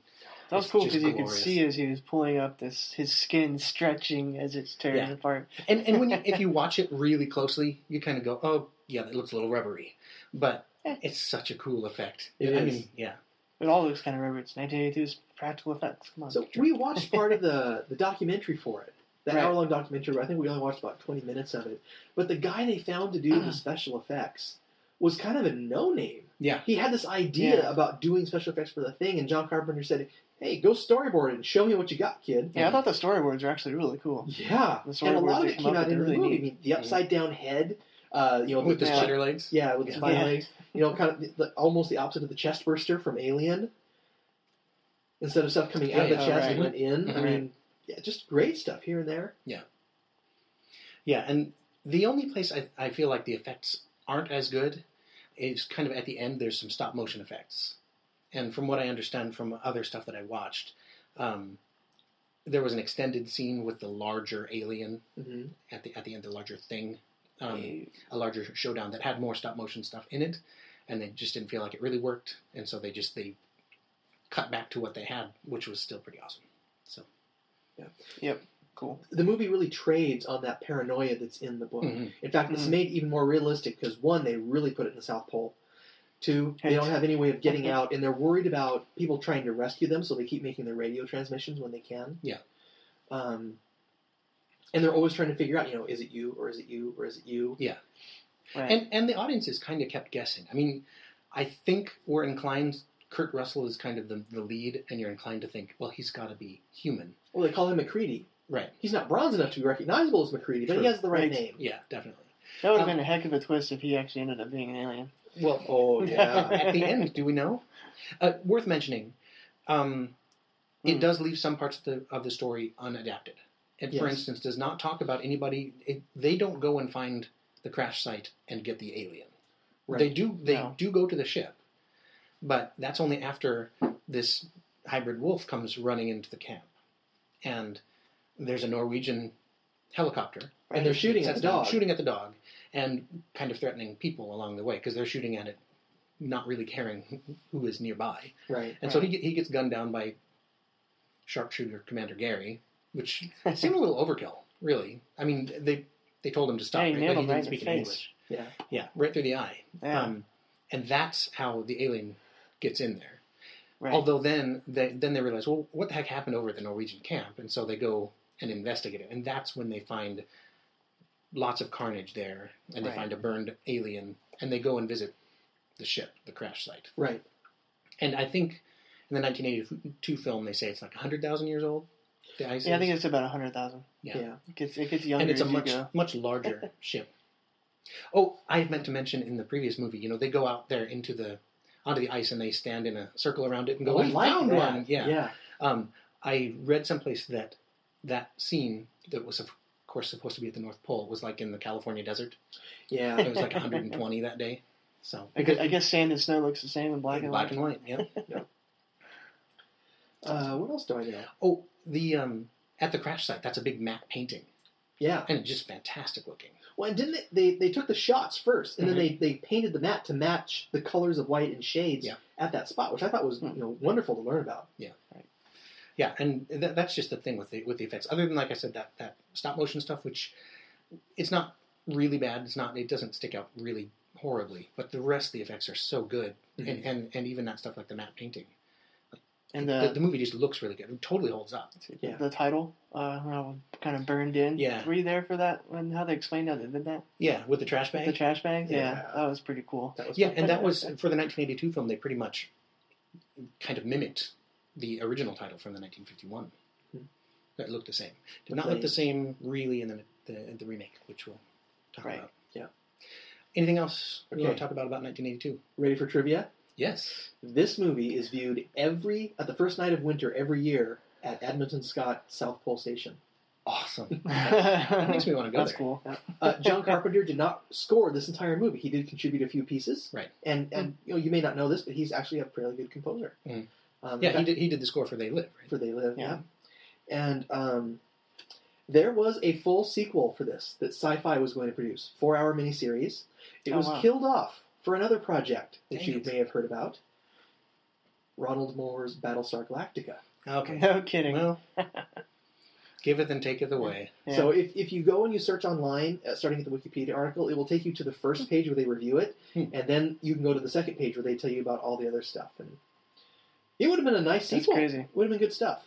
That was
It's
cool
just
because you could
glorious.
see as he was pulling up this his skin stretching as it's tearing
Yeah.
apart.
and, and when you, if you watch it really closely, you kind of go, oh yeah, that looks a little rubbery, but
Eh.
it's such a cool effect.
It
I
is.
mean, yeah.
It all looks kind of rubber. It's 1982's practical effects. Come on.
So we watched part of the the documentary for it. That
Right.
hour long documentary. I think we only watched about twenty minutes of it. But the guy they found to do the special effects was kind of a no name.
Yeah.
He had this idea
Yeah.
about doing special effects for the thing, and John Carpenter said, "Hey, go storyboard and show me what you got, kid."
yeah, I thought the storyboards were actually really cool.
Yeah,
The
and a
storyboards
lot of
they
it
come
came
up
out
with
in
are
the
really
movie. I
neat.
mean, the upside down head, uh, you know,
With the
Yeah.
spider legs.
yeah, with the
Yeah.
spider
Yeah.
legs. You know, kind of the, almost the opposite of the chest burster from Alien. Instead of stuff coming out of the
Yeah,
chest,
right.
it went in. I
Right.
mean, yeah, just great stuff here and there.
Yeah, and the only place I, I feel like the effects aren't as good is kind of at the end. There's some stop motion effects, and from what I understand from other stuff that I watched, um, there was an extended scene with the larger alien
hmm
at the at the end, the larger thing, um, a larger showdown that had more stop motion stuff in it, and they just didn't feel like it really worked, and so they just they cut back to what they had, which was still pretty awesome. So
cool.
The movie really trades on that paranoia that's in the
Mm-hmm.
book. In fact, it's
Mhm.
made even more realistic because one, they really put it in the South Pole. Two, they don't have any way of getting out, and they're worried about people trying to rescue them, so they keep making their radio transmissions when they can.
Yeah.
Um, and they're always trying to figure out, you know, is it you or is it you or is it you?
Right.
And and the audience is kind of kept guessing. I mean, I think we're inclined. Kurt Russell is kind of the, the lead, and you're inclined to think, well, he's got to be human,
Well, they call him McCready.
right?
He's not bronze enough to be recognizable as McCready, but
True.
he has the right,
Right.
name.
Yeah, definitely.
that would have
um,
been a heck of a twist if he actually ended up being an alien.
Well,
Oh yeah.
at the end, do we know? Uh, worth mentioning, um, it
Hmm.
does leave some parts of the, of the story unadapted. It, for
Yes.
instance, does not talk about anybody. It, they don't go and find the crash site and get the alien.
Right.
They do. They
No.
do go to the ship, but that's only after this hybrid wolf comes running into the camp, and there's a Norwegian helicopter
and they're shooting at
sets
the
down,
dog.
shooting at the dog, and kind of threatening people along the way because they're shooting at it, not really caring who is nearby.
Right.
And so he get- he gets gunned down by sharpshooter Commander Gary, which seemed a little overkill, really. I mean, they they told him to stop,
Yeah, he
right?
nailed
but
him
he didn't
right in
speak
the
in
face.
English.
Yeah.
Yeah, right through the eye.
Yeah.
Um, and that's how the alien gets in there.
right.
Although then they, then they realize, well, what the heck happened over at the Norwegian camp? And so they go and investigate it. And that's when they find lots of carnage there. And they
Right.
find a burned alien. And they go and visit the ship, the crash site.
Right.
And I think in the 1982 film, they say it's like 100,000 years old. The ice
yeah, I think
is.
it's about 100,000.
Yeah.
yeah.
It gets, it gets younger
and it's a
as you
much,
go.
much larger ship. Oh, I meant to mention in the previous movie, you know, they go out there into the onto the ice and they stand in a circle around it and go,
Oh, I
"We
like
found
that.
one!" Yeah.
Yeah.
Um, I read someplace that that scene that was of course supposed to be at the North Pole was like in the California desert.
Yeah.
It was like 120 that day. So
I guess, I guess sand and snow looks the same in black and
black
white.
and white, yeah.
Uh, what else do I know?
Oh, the um, at the crash site, that's a big matte painting,
Yeah.
and it's just fantastic looking.
Well, and didn't they, they, they took the shots first, and then they, they painted the mat to match the colors of light and shades
Yeah.
at that spot, which I thought was you know wonderful to learn about.
Yeah, and th- that's just the thing with the with the effects. Other than like I said, that that stop motion stuff, which it's not really bad. It's not. It doesn't stick out really horribly. But the rest of the effects are so good, and, and and even that stuff like the matte painting.
And
The, the
the
movie just looks really good. It totally holds up.
yeah.
the title, uh, kind of burned in.
Yeah.
Were you there for that? And how they explained how they did that?
Yeah, with the trash bag.
The trash bags. Yeah.
Yeah.
that was pretty cool.
That was
yeah, and that was for the 1982 film. They pretty much kind of mimicked the original title from the 1951.
Hmm.
That looked the same. Did not look the same really in the the, the remake, which we'll talk
Right,
about.
yeah.
Anything else we want
Okay.
to talk about about 1982?
ready for trivia.
Yes.
This movie is viewed every at the first night of winter every year at Edmonton Scott South Pole Station.
Awesome.
that
makes me wanna go
That's
there.
cool.
Uh, John Carpenter did not score this entire movie. He did contribute a few pieces,
Right.
And and
Hmm.
you know you may not know this, but he's actually a fairly good composer.
Mm.
Um, in
yeah, he
fact,
did, he did the score for They Live, right?
for They Live.
Yeah.
Yeah. And um, there was a full sequel for this that Sci Fi was going to produce, four hour miniseries. It
Oh,
was
wow.
killed off for another project that
Dang
you
it.
may have heard about Ronald Moore's Battlestar Galactica.
Okay.
No kidding.
Well, giveth and taketh away.
Yeah.
So if, if you go and you search online, uh, starting at the Wikipedia article, it will take you to the first page where they review it,
Hmm.
and then you can go to the second page where they tell you about all the other stuff. And it would have been a nice
That's
sequel.
crazy.
Would have been good stuff.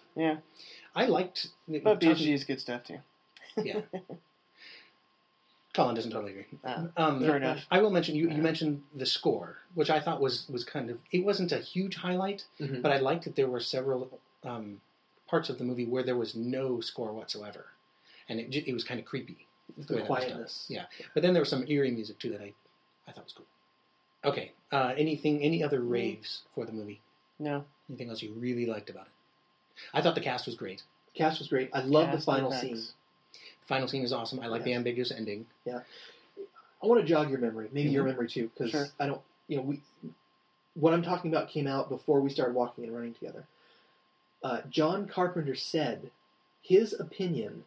I liked.
but
talking-
BG is good stuff too.
yeah. Colin doesn't totally agree.
Mm-hmm.
Uh,
Um,
Fair enough.
I will mention you.
Yeah.
You mentioned the score, which I thought was was kind of. It wasn't a huge highlight,
Mhm.
but I liked that there were several um, parts of the movie where there was no score whatsoever, and it, ju- it was kind of creepy.
The
way that was done.
quietness.
Yeah, but then there was some eerie music too that I, I thought was cool. Okay, uh, anything? Any other
Mm-hmm.
raves for the movie?
no.
Anything else you really liked about it? I thought the cast was great.
Cast was great. I love the
Cast
final
effects.
scene.
The final scene is awesome. I like the
Yeah.
ambiguous ending.
I want to jog your memory, maybe your memory too, because
Mm-hmm. Sure.
I don't, you know, we. What I'm talking about came out before we started walking and running together. Uh, John Carpenter said his opinion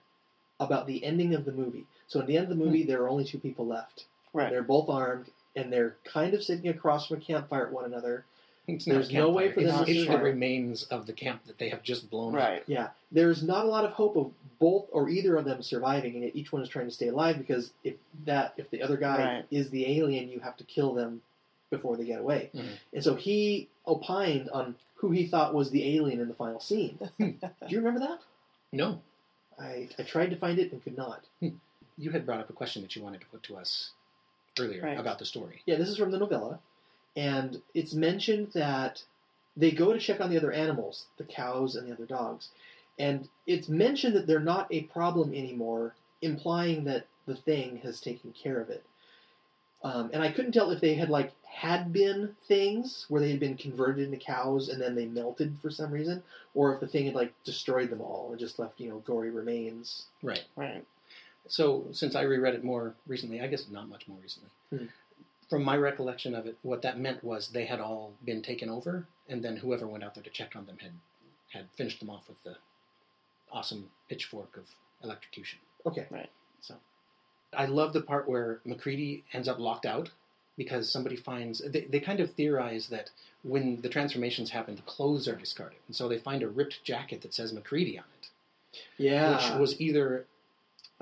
about the ending of the movie. So at the end of the movie, there are only two people left.
Hmm. Right.
They're both armed, and they're kind of sitting across from a campfire at one another.
It's
There's no way for
this.
them
It's,
to
it's the
survive.
remains of the camp that they have just blown up.
Right.
Yeah, there's not a lot of hope of both or either of them surviving, and yet each one is trying to stay alive because if that if the other guy
Right.
is the alien, you have to kill them before they get away.
Mhm.
And so he opined on who he thought was the alien in the final scene. Do you remember that?
No,
I, I tried to find it and could not.
you had brought up a question that you wanted to put to us earlier
Right.
about the story.
Yeah, this is from the novella, and it's mentioned that they go to check on the other animals, the cows and the other dogs, and it's mentioned that they're not a problem anymore, implying that the thing has taken care of it. Um, and I couldn't tell if they had like had been things where they had been converted into cows and then they melted for some reason, or if the thing had like destroyed them all and just left you know gory remains.
Right.
Right.
So, since I reread it more recently, I guess not much more recently,
Hmm.
from my recollection of it, what that meant was they had all been taken over, and then whoever went out there to check on them had, had finished them off with the awesome pitchfork of electrocution.
Okay.
I love the part where McCready ends up locked out because somebody finds they, they kind of theorize that when the transformations happen, the clothes are discarded, and so they find a ripped jacket that says McCready on it,
Yeah. Ah.
which was either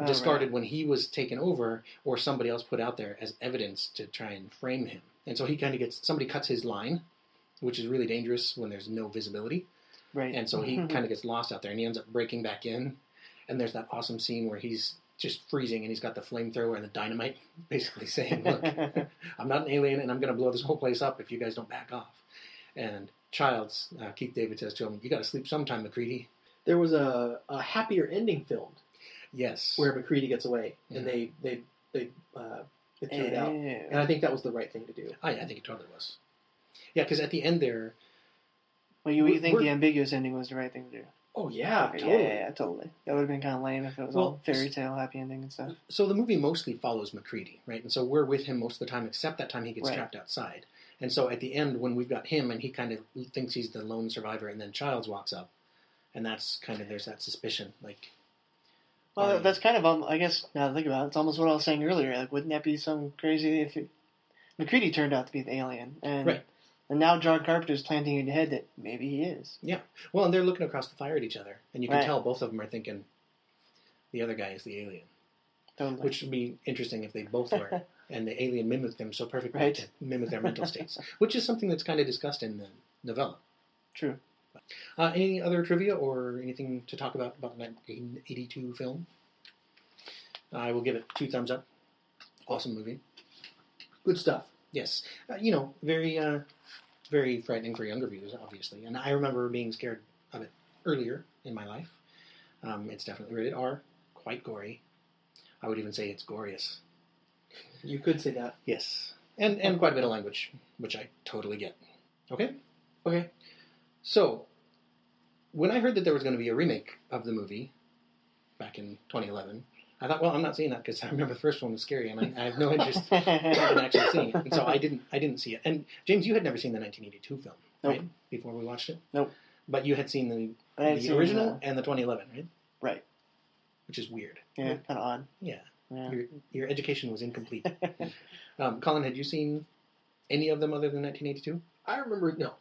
Oh,
discarded when he was taken over or somebody else put out there as evidence to try and frame him. And so he kind of gets somebody cuts his line, which is really dangerous when there's no visibility.
Right.
And so he kind of gets lost out there and he ends up breaking back in. And there's that awesome scene where he's just freezing and he's got the flamethrower and the dynamite, basically saying, Look, I'm not an alien and I'm going to blow this whole place up if you guys don't back off. And Childs, uh, Keith David says to him, You got to sleep sometime, McCready.
there was a, a happier ending filmed.
Yes.
where McCready gets away,
Mhm.
and they they they uh, they threw it out, and
Yeah.
I think that was the right thing to do.
Oh, I, I think it totally was. Yeah, because at the end there,
Well, you, you
We're-
think the
we're-
ambiguous ending was the right thing to do?
Oh yeah,
Okay,
totally.
Yeah, yeah, yeah, totally. That would have been kind of lame if it was all
Well,
fairy tale happy ending and stuff.
so the movie mostly follows McCready, right? And so we're with him most of the time, except that time he gets
Right.
trapped outside. And so at the end, when we've got him and he kind of thinks he's the lone survivor, and then Childs walks up,
and that's kind of there's that suspicion. Like,
Well,
Um,
that's kind of, um, I guess, now that I think about it, it's almost what I was saying earlier. Like, wouldn't that be some crazy if it, McCready turned out to be the alien? And,
Right.
And now John Carpenter's planting in your head that maybe he is.
well, and they're looking across the fire at each other, and you can
Right.
tell both of them are thinking the other guy is the alien,
Totally.
which would be interesting if they both were, and the alien mimicked them so perfectly
Right.
to mimic their mental states, which is something that's kind of discussed in the novella.
True.
Uh, any other trivia or anything to talk about about the 1982 film? I will give it two thumbs up. Awesome movie.
Good stuff.
Yes, uh, you know, very, uh, very frightening for younger viewers, obviously. And I remember being scared of it earlier in my life. Um, it's definitely rated R, quite gory. I would even say it's glorious.
You could say that.
Yes, and and quite a bit of language, which I totally get. Okay, okay. So, when I heard that there was going to be a remake of the movie back in 2011, I thought, well, I'm not seeing that because I remember the first one was scary, and I, I have no interest in actually seeing it. And so I didn't, I didn't see it. And James, you had never seen the 1982 film, right? Before we watched it,
Nope.
But you had seen the,
But I had
the
seen,
original
uh,
and the 2011, right?
right.
Which is weird.
Yeah, kind of odd.
Yeah.
Yeah.
Your, your education was incomplete. um, Colin, had you seen any of them other than 1982?
I remember no,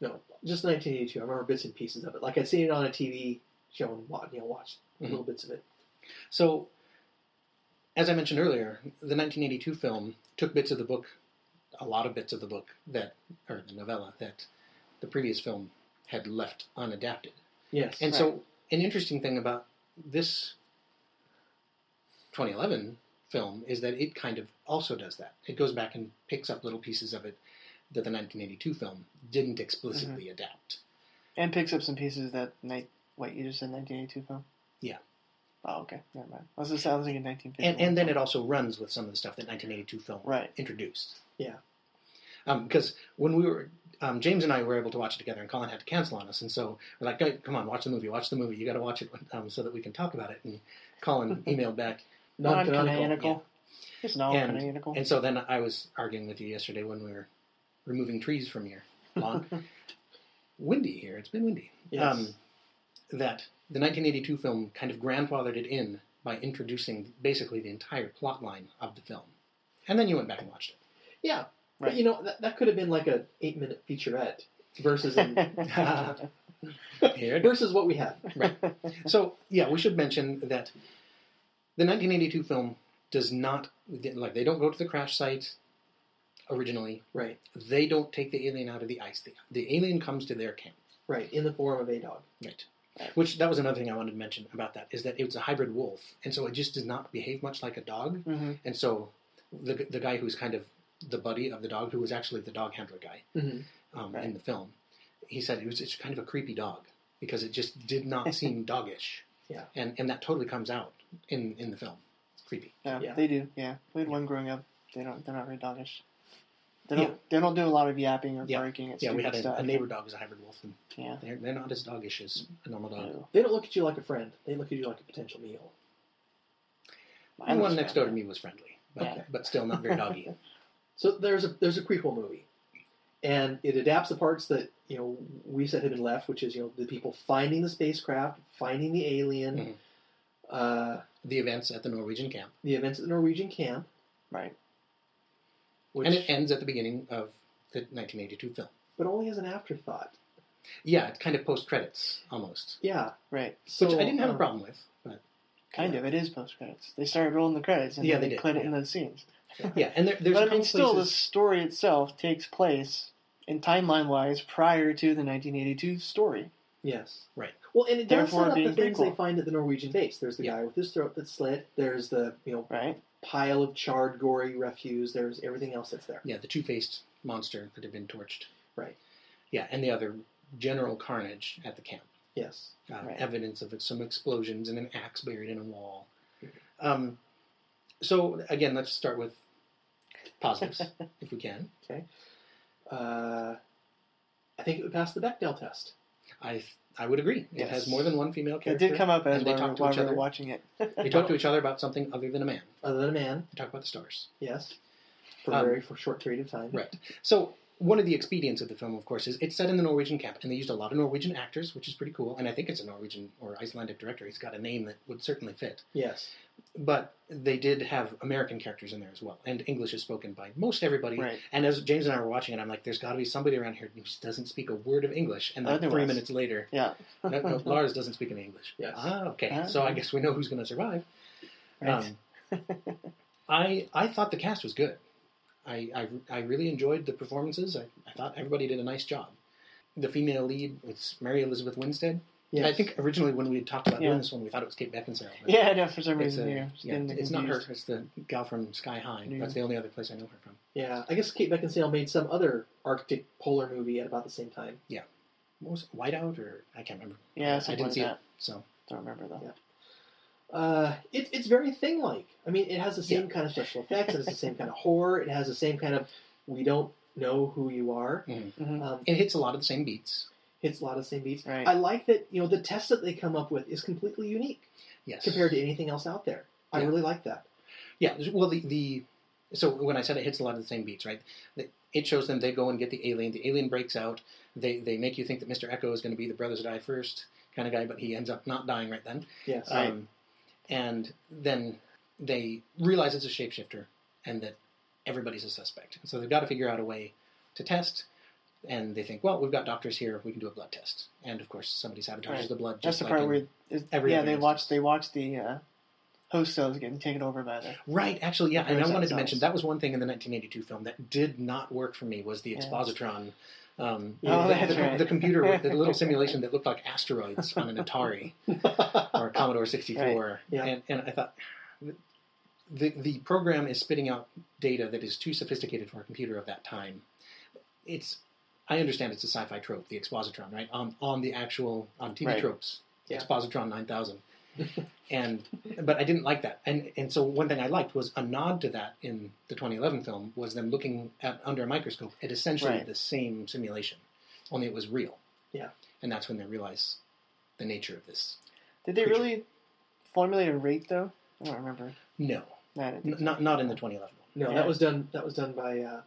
no, just 1982. I remember bits and pieces of it. Like I'd seen it on a TV show and watch, you know, watched little bits of it.
Mm-hmm. So, as I mentioned earlier, the 1982 film took bits of the book, a lot of bits of the book that, or the novella that the previous film had left unadapted.
Yes,
And so, an interesting thing about this 2011 film is that it kind of also does that. It goes back and picks up little pieces of it that the 1982 film didn't explicitly adapt.
And picks up some pieces that night. Wait, you just said 1982 film?
Yeah.
Oh, okay. Never mind. I was just I was thinking 1950.
And, and then it also runs with some of the stuff that 1982 film
Right.
introduced.
Yeah.
Because when we were, um, James and I were able to watch it together, and Colin had to cancel on us. And so we're like, "Hey, come on, watch the movie, watch the movie. You got to watch it um, so that we can talk about it. And Colin emailed back,
non-canonical.
yeah.
It's
and,
non-canonical.
and so then I was arguing with you yesterday when we were removing trees from your lawn. windy here. It's been windy. Um,
Yes.
that the 1982 film kind of grandfathered it in by introducing basically the entire plot line of the film. And then you went back and watched
yeah, but
Right.
you know that, that could have been like a eight minute featurette versus an,
it. Here it is.
versus what we had.
So, yeah, we should mention that the 1982 film does not, like, they don't go to the crash site originally.
Right,
They don't take the alien out of the ice. The, the alien comes to their camp.
right, in the form of a dog.
Right. Which that was another thing I wanted to mention about that is that it was a hybrid wolf, and so it just does not behave much like a dog.
Mhm.
And so the the guy who's kind of the buddy of the dog, who was actually the dog handler guy
Mhm.
um, in
Mm-hmm. Right.
the film, he said it was it's kind of a creepy dog because it just did not seem doggish.
Yeah.
And and that totally comes out in in the film. It's creepy.
No,
Yeah.
they do. Yeah, we had one growing up. They don't. They're not very doggish. They don't.
Yeah.
They don't do a lot of yapping or
Yeah.
barking. It's
yeah, we had
stuff.
a, a neighbor dog was a hybrid wolf, and
Yeah.
they're they're not as doggish as a normal dog.
No.
They don't look at you like a friend. They look at you like a potential meal.
The
Mine
one
was
next door to
friendly.
me was friendly, but
Okay.
but still not very doggy.
So there's a there's a prequel movie, and it adapts the parts that you know we said had been left, which is you know the people finding the spacecraft, finding the alien,
Mhm.
uh,
the events at the Norwegian camp.
the events at the Norwegian camp,
Right.
which
and it ends at the beginning of the 1982 film.
but only as an afterthought.
Yeah, it's kind of post credits almost,
Yeah,
Right.
so
which I didn't have a
um,
problem with. But
Kind of. It is post credits. They started rolling the credits and
Yeah,
then
they
they,
did,
put it
yeah.
in those scenes.
yeah, and there, there's a
but I mean,
couple
still, the
places-
story itself takes place in timeline wise prior to the 1982 story.
Yes.
Right.
Well, and it does
Therefore
set up the
being
things
prequel.
they find at the Norwegian base. There's the
Yeah.
guy with his throat that's slit. There's the you know
Right.
pile of charred, gory refuse. There's everything else that's there.
yeah the two faced monster that had been torched.
Right.
Yeah, and the other general carnage at the camp,
Yes.
uh,
Right.
evidence of some explosions and an axe buried in a wall. Um, so again, let's start with positives if we can.
Uh, I think it would pass the Bechdel test.
I I would agree. It
Yes.
has more than one female
It
character.
did come up as
and they
while, we were-
talk to
while
each
we were
other.
watching it.
They talk to each other about something other than a man.
Other than a man,
They talk about the stars.
yes, for a
Um,
very for short period of time.
Right. So one of the expedients of the film, of course, is it's set in the Norwegian camp, and they used a lot of Norwegian actors, which is pretty cool. And I think it's a Norwegian or Icelandic director. He's got a name that would certainly fit.
Yes.
But they did have American characters in there as well, and English is spoken by most everybody.
Right.
And as James and I were watching it, I'm like, "There's got to be somebody around here who just doesn't speak a word of English." And then three
Otherwise.
minutes later,
Yeah.
no, no, Lars doesn't speak any English.
Yes.
Ah, okay.
Ah.
So I guess we know who's going to survive.
Right.
Um, I I thought the cast was good. I I, I really enjoyed the performances. I, I thought everybody did a nice job. The female lead was Mary Elizabeth Winstead.
Yes.
I think originally when we had talked about
Yeah.
doing this one, we thought it was Kate Beckinsale. but
yeah, no, for some
it's,
reason,
a-
yeah. just
yeah,
getting
it's not her.
confused.
It's the gal from Sky High.
Yeah.
That's the only other place I know her from.
Yeah, I guess Kate Beckinsale made some other Arctic polar movie at about the same time.
What was it, Whiteout or I can't remember.
Yeah,
I
something
didn't
like
see
that.
it. So
Don't remember though.
Yeah. Uh, it, it's very thing-like. I mean, it has the same kind of special effects. It has the same kind of horror. It has the same kind of we don't know who you are.
Mhm.
Um,
it hits a lot of the same beats.
hits a lot of the same beats.
Right.
I like that you know the test that they come up with is completely unique
Yes.
compared to anything else out there. I
Yeah.
really like that.
Yeah, well, the, the so when I said it hits a lot of the same beats, right? The- It shows them they go and get the alien. The alien breaks out. They they make you think that Mr. Echo is going to be the brothers die first kind of guy, but he ends up not dying right then.
Yes.
Right.
Um, and then they realize it's a shapeshifter and that everybody's a suspect. So they've got to figure out a way to test. And they think, well, we've got doctors here. We can do a blood test. And of course, somebody sabotages
Right.
the blood.
That's
Just
the
like
part
in-
where it,
every
yeah
other
they
instance.
watch they watch the uh, host cells getting taken over by the
Right, actually, yeah,
Or
and I
is that
wanted to
cells?
mention that was one thing in the 1982 film that did not work for me was the
Yeah.
expositron, um,
Oh,
the,
that's
the,
right.
the computer with the little simulation that looked like asteroids on an Atari or a Commodore 64,
Yeah.
and and I thought the the program is spitting out data that is too sophisticated for a computer of that time. It's I understand it's a sci-fi trope, the expositron, right? On on the actual on TV
Right.
tropes,
Yeah.
expositron 9000 and but I didn't like that. And and so one thing I liked was a nod to that in the 2011 film was them looking at under a microscope at essentially
Right.
the same simulation, only it was real.
Yeah.
and that's when they realize the nature of this.
did they
Creature.
really formulate a rate though I don't remember
No,
No, I didn't
n-
think so.
not not in the 2011 one.
no,
Yeah.
that was done. That was done by uh,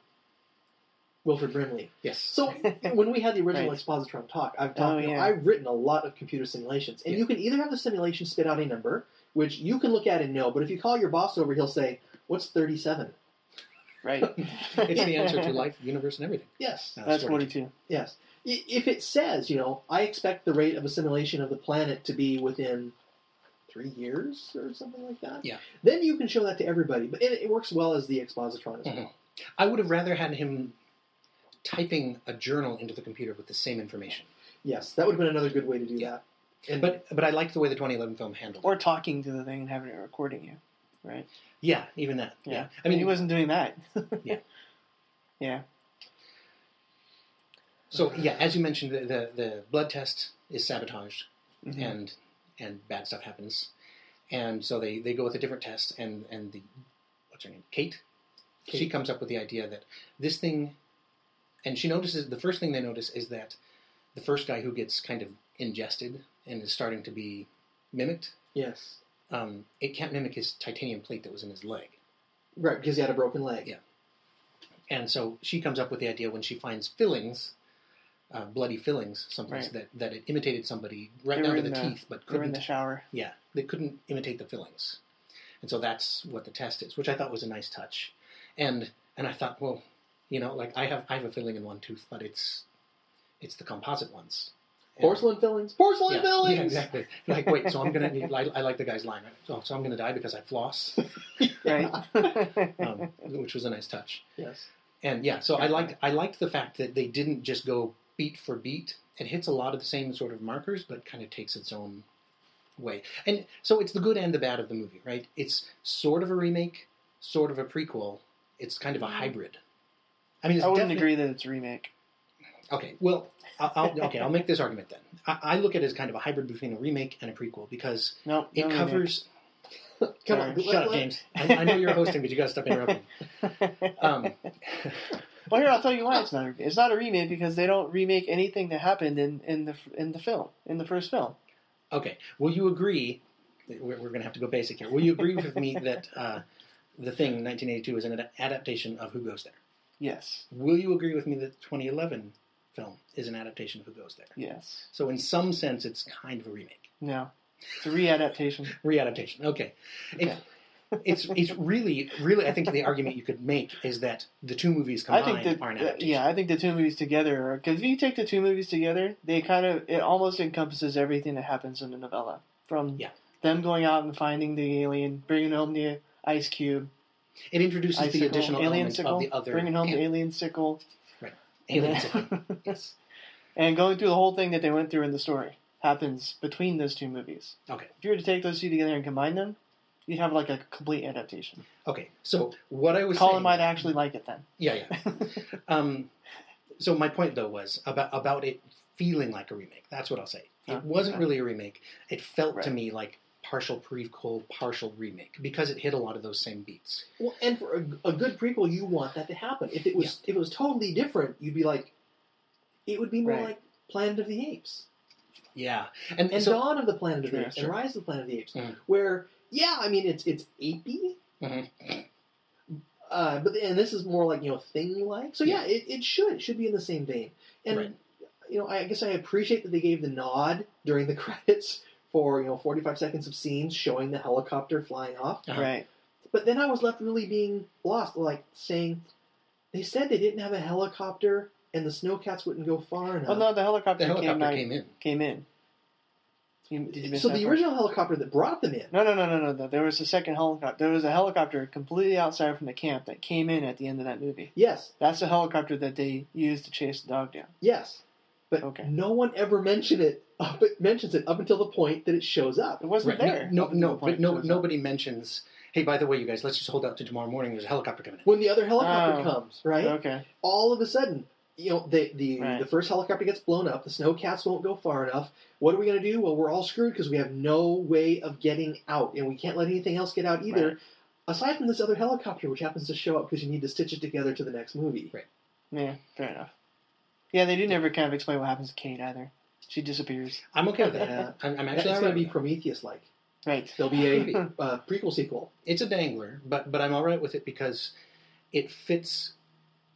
Wilfred Brimley.
Yes.
So when we had the original
Right.
expositron talk, I've
Oh,
talked, you know,
yeah.
I've written a lot of computer simulations, and
Yeah.
you can either have the simulation spit out a number, which you can look at and know, but if you call your boss over, he'll say, "What's 37?"
right
it's the answer to life, universe, and everything.
Yes,
No, it's
that's 42
42.
yes. I- If it says, you know, I expect the rate of assimilation of the planet to be within three years or something like that,
Yeah.
then you can show that to everybody. But it, it works well as the expositron as
Mhm.
well.
I would have rather had him typing a journal into the computer with the same information.
Yes, that would have been another good way to do
Yeah.
that. And
But but I liked the way the 2011 film handled it.
or talking to the thing and having it recording you right
Yeah, even that. Yeah.
Yeah.
I mean,
he wasn't doing that
Yeah.
yeah
So yeah, as you mentioned, the the, the blood test is sabotaged,
Mm-hmm.
Mhm.
and and bad stuff happens, and so they, they go with a different test, and and the what's her name, Kate, she
Kate.
comes up with the idea that this thing, and she notices the first thing they notice is that the first guy who gets kind of ingested and is starting to be mimicked,
yes,
um, it can't mimic his titanium plate that was in his leg.
right, because he had a broken leg.
Yeah. And so she comes up with the idea when she finds fillings, uh, bloody fillings, sometimes
Right.
that, that it imitated somebody right
They
down
were
to the,
in the-
teeth, but
they were in
couldn't.
the shower
yeah, they couldn't imitate the fillings, and so that's what the test is, which I thought was a nice touch, and and I thought, well, you know, like I have I have a filling in one tooth, but it's it's the composite ones. And-
Porcelain fillings. Porcelain
yeah,
fillings.
yeah, exactly. Like, wait, so I'm gonna. need- I, I like the guy's line. Right? So, so I'm gonna die because I floss,
right
um, which was a nice touch.
Yes.
And yeah, so I
Fair
liked I liked the fact that they didn't just go beat for beat. It hits a lot of the same sort of markers, but kind of takes its own way. And so it's the good and the bad of the movie, right? It's sort of a remake, sort of a prequel. It's kind of a hybrid. I mean, it's
Mm-hmm. I wouldn't
definite-
agree that it's a remake
Okay, well, I'll, I'll, okay, I'll make this argument then. I, I look at it as kind of a hybrid between a remake and a prequel because
no
it
no remake.
covers
Come
Sorry.
on, let-
Shut up,
let-
James. I, I know you're hosting, but you got to stop interrupting. Um,
Well, here I'll tell you why it's not. A, it's not a remake because they don't remake anything that happened in, in the in the film in the first film.
Okay. Will you agree? We're, we're going to have to go basic here. Will you agree with me that uh, the thing 1982 is an ad- adaptation of Who Goes There?
Yes.
Will you agree with me that the 2011 film is an adaptation of Who Goes There?
Yes.
So in some sense, it's kind of a remake,
No. It's a readaptation.
readaptation. Okay, It-
Yeah.
it's it's really really I think the argument you could make is that the two movies
I
combined
think that
are an
that- uh,
adaptation.
yeah, I think the two movies together are because if you take the two movies together, they kind of it almost encompasses everything that happens in the novella from
Yeah.
them going out and finding the alien, bringing home the ice cube,
It introduces
ice
the additional
alien
element of
sickle,
the other
bringing home the
alien,
alien sickle,
alien sickle. Yes.
and going through the whole thing that they went through in the story happens between those two movies.
Okay.
If you were to take those two together and combine them, you'd have like a complete adaptation.
Okay. So what I was
Colin
saying,
might actually like it then.
yeah, yeah. um, so my point though was about about it feeling like a remake. That's what I'll say. It
Oh,
Ah,
wasn't
okay.
really a remake. It felt to
Right.
me like partial prequel, partial remake because it hit a lot of those same beats.
Well, and for a, a good prequel, you want that to happen. If it was if it was totally different, you'd be like, it would be more
Right.
like Planet of the Apes
Yeah, and,
and
so
Dawn of the Planet of the
Sure,
Apes
sure. Mm-hmm.
and Rise of the Planet of the Apes,
Mhm.
where yeah, I mean it's it's apey,
Mhm.
Mm-hmm.
uh, but and this is more like you know thing like. So yeah, it, it should it should be in the same vein. And
Right.
you know, I guess I appreciate that they gave the nod during the credits for you know forty five seconds of scenes showing the helicopter flying off.
Uh-huh.
Right.
But then I was left really being lost, like saying, they said they didn't have a helicopter and the snowcats wouldn't go far enough.
Well, Oh, no, the helicopter,
the helicopter
came, like,
came in.
came in. You- did you miss
so
that
the
part?
original helicopter that brought them in.
No, no, no, no, no, no. There was a second helicopter. There was a helicopter completely outside from the camp that came in at the end of that movie.
Yes,
That's the helicopter that they used to chase the dog down.
yes. But
Okay.
no one ever mentioned it. Up, it mentions it up until the point that it shows up.
It wasn't
Right.
there.
No,
up until
no,
the
but
point
no,
it shows up.
nobody mentions. Hey, by the way, you guys, let's just hold out to tomorrow morning. There's a helicopter coming in.
When the other helicopter
Oh.
comes, right?
Okay.
All of a sudden, you know, the the,
Right.
the first helicopter gets blown up. The snowcats won't go far enough. What are we going to do? Well, we're all screwed because we have no way of getting out, and we can't let anything else get out either.
Right.
Aside from this other helicopter, which happens to show up because you need to stitch it together to the next movie.
Right.
Yeah, fair enough. Yeah, they do never kind of explain what happens to Kate either. She disappears.
I'm okay with that.
Yeah.
I'm, I'm
That's
actually all
going
right
to be
with that.
Prometheus-like.
Right.
There'll be a uh, prequel sequel.
It's a dangler, but but I'm all right with it because it fits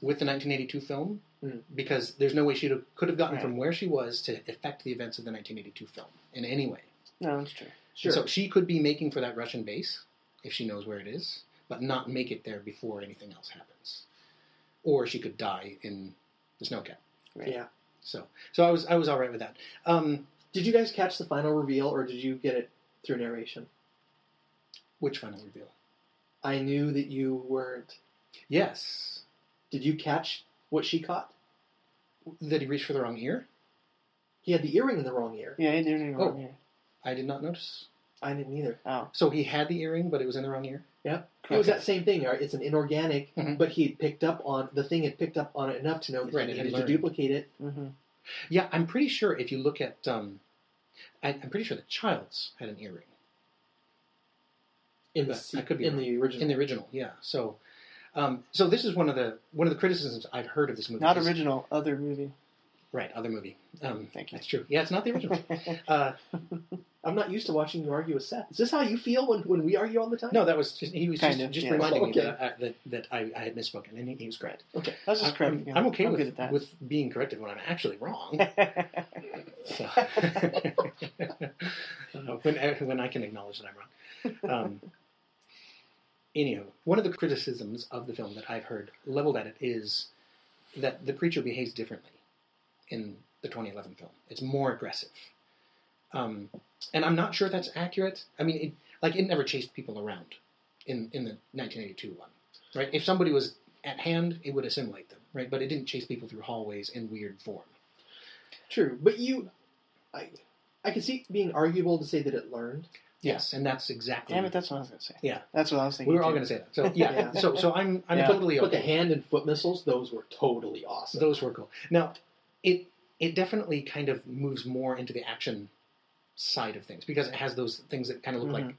with the 1982 film
Mm.
because there's no way she could have gotten
Right.
from where she was to affect the events of the 1982 film in any way.
No, that's true.
Sure.
So she could be making for that Russian base if she knows where it is, but not make it there before anything else happens, or she could die in the snowcat.
Right.
Yeah.
So so I was I was all right with that. Um,
Did you guys catch the final reveal, or did you get it through narration?
which final reveal?
I knew that you weren't.
Yes,
Did you catch what she caught?
that he reached for the wrong ear.
He had the earring in the wrong ear.
Yeah, they didn't even
Oh.
run here.
I did not notice.
I didn't either.
Oh,
So he had the earring, but it was in the wrong ear.
Yeah. It was
Okay.
Oh, that same thing. right? It's an inorganic,
Mhm.
but he had picked up on the thing. Had picked up on it enough to know that
Right,
he
it had
needed to
learned.
duplicate it.
mm-hmm.
Yeah, I'm pretty sure if you look at, um, I, I'm pretty sure that Childs had an earring
In the
But
se-
I could be
in the original.
in the original. Yeah, so, um, so this is one of the one of the criticisms I've heard of this movie.
Not
is-
original, other movie.
right? Other movie. Um,
Thank you.
That's true. Yeah, it's not the original. uh,
I'm not used to watching you argue with Seth. Is this how you feel when, when we argue all the time?
no, that was just, he was
Kind
just,
of,
just
yeah.
reminding me
Okay.
that I, that, that I, I had misspoken, and he, he was correct.
Okay.
That's just
I-
correct.
I'm,
yeah.
I'm okay
I'm
with,
good at that.
with being corrected when I'm actually wrong. So, Uh, when, I, when I can acknowledge that I'm wrong. Um, anywho, one of the criticisms of the film that I've heard leveled at it is that the creature behaves differently in the 2011 film. It's more aggressive. Um, and I'm not sure that's accurate. I mean, it, like, it never chased people around in, in the 1982 one, right? If somebody was at hand, it would assimilate them, right? But it didn't chase people through hallways in weird form.
True, but you, I, I can see it being arguable to say that it learned.
Yes, and that's exactly.
Damn it, that's what I was gonna say.
Yeah.
that's what I was thinking.
we were all
too.
going to say that. So yeah,
Yeah.
so so I'm I'm
Yeah.
totally
But the
okay.
hand and foot missiles, those were totally awesome.
Those were cool. Now it it definitely kind of moves more into the action side of things because it has those things that kind of look like
Mm-hmm.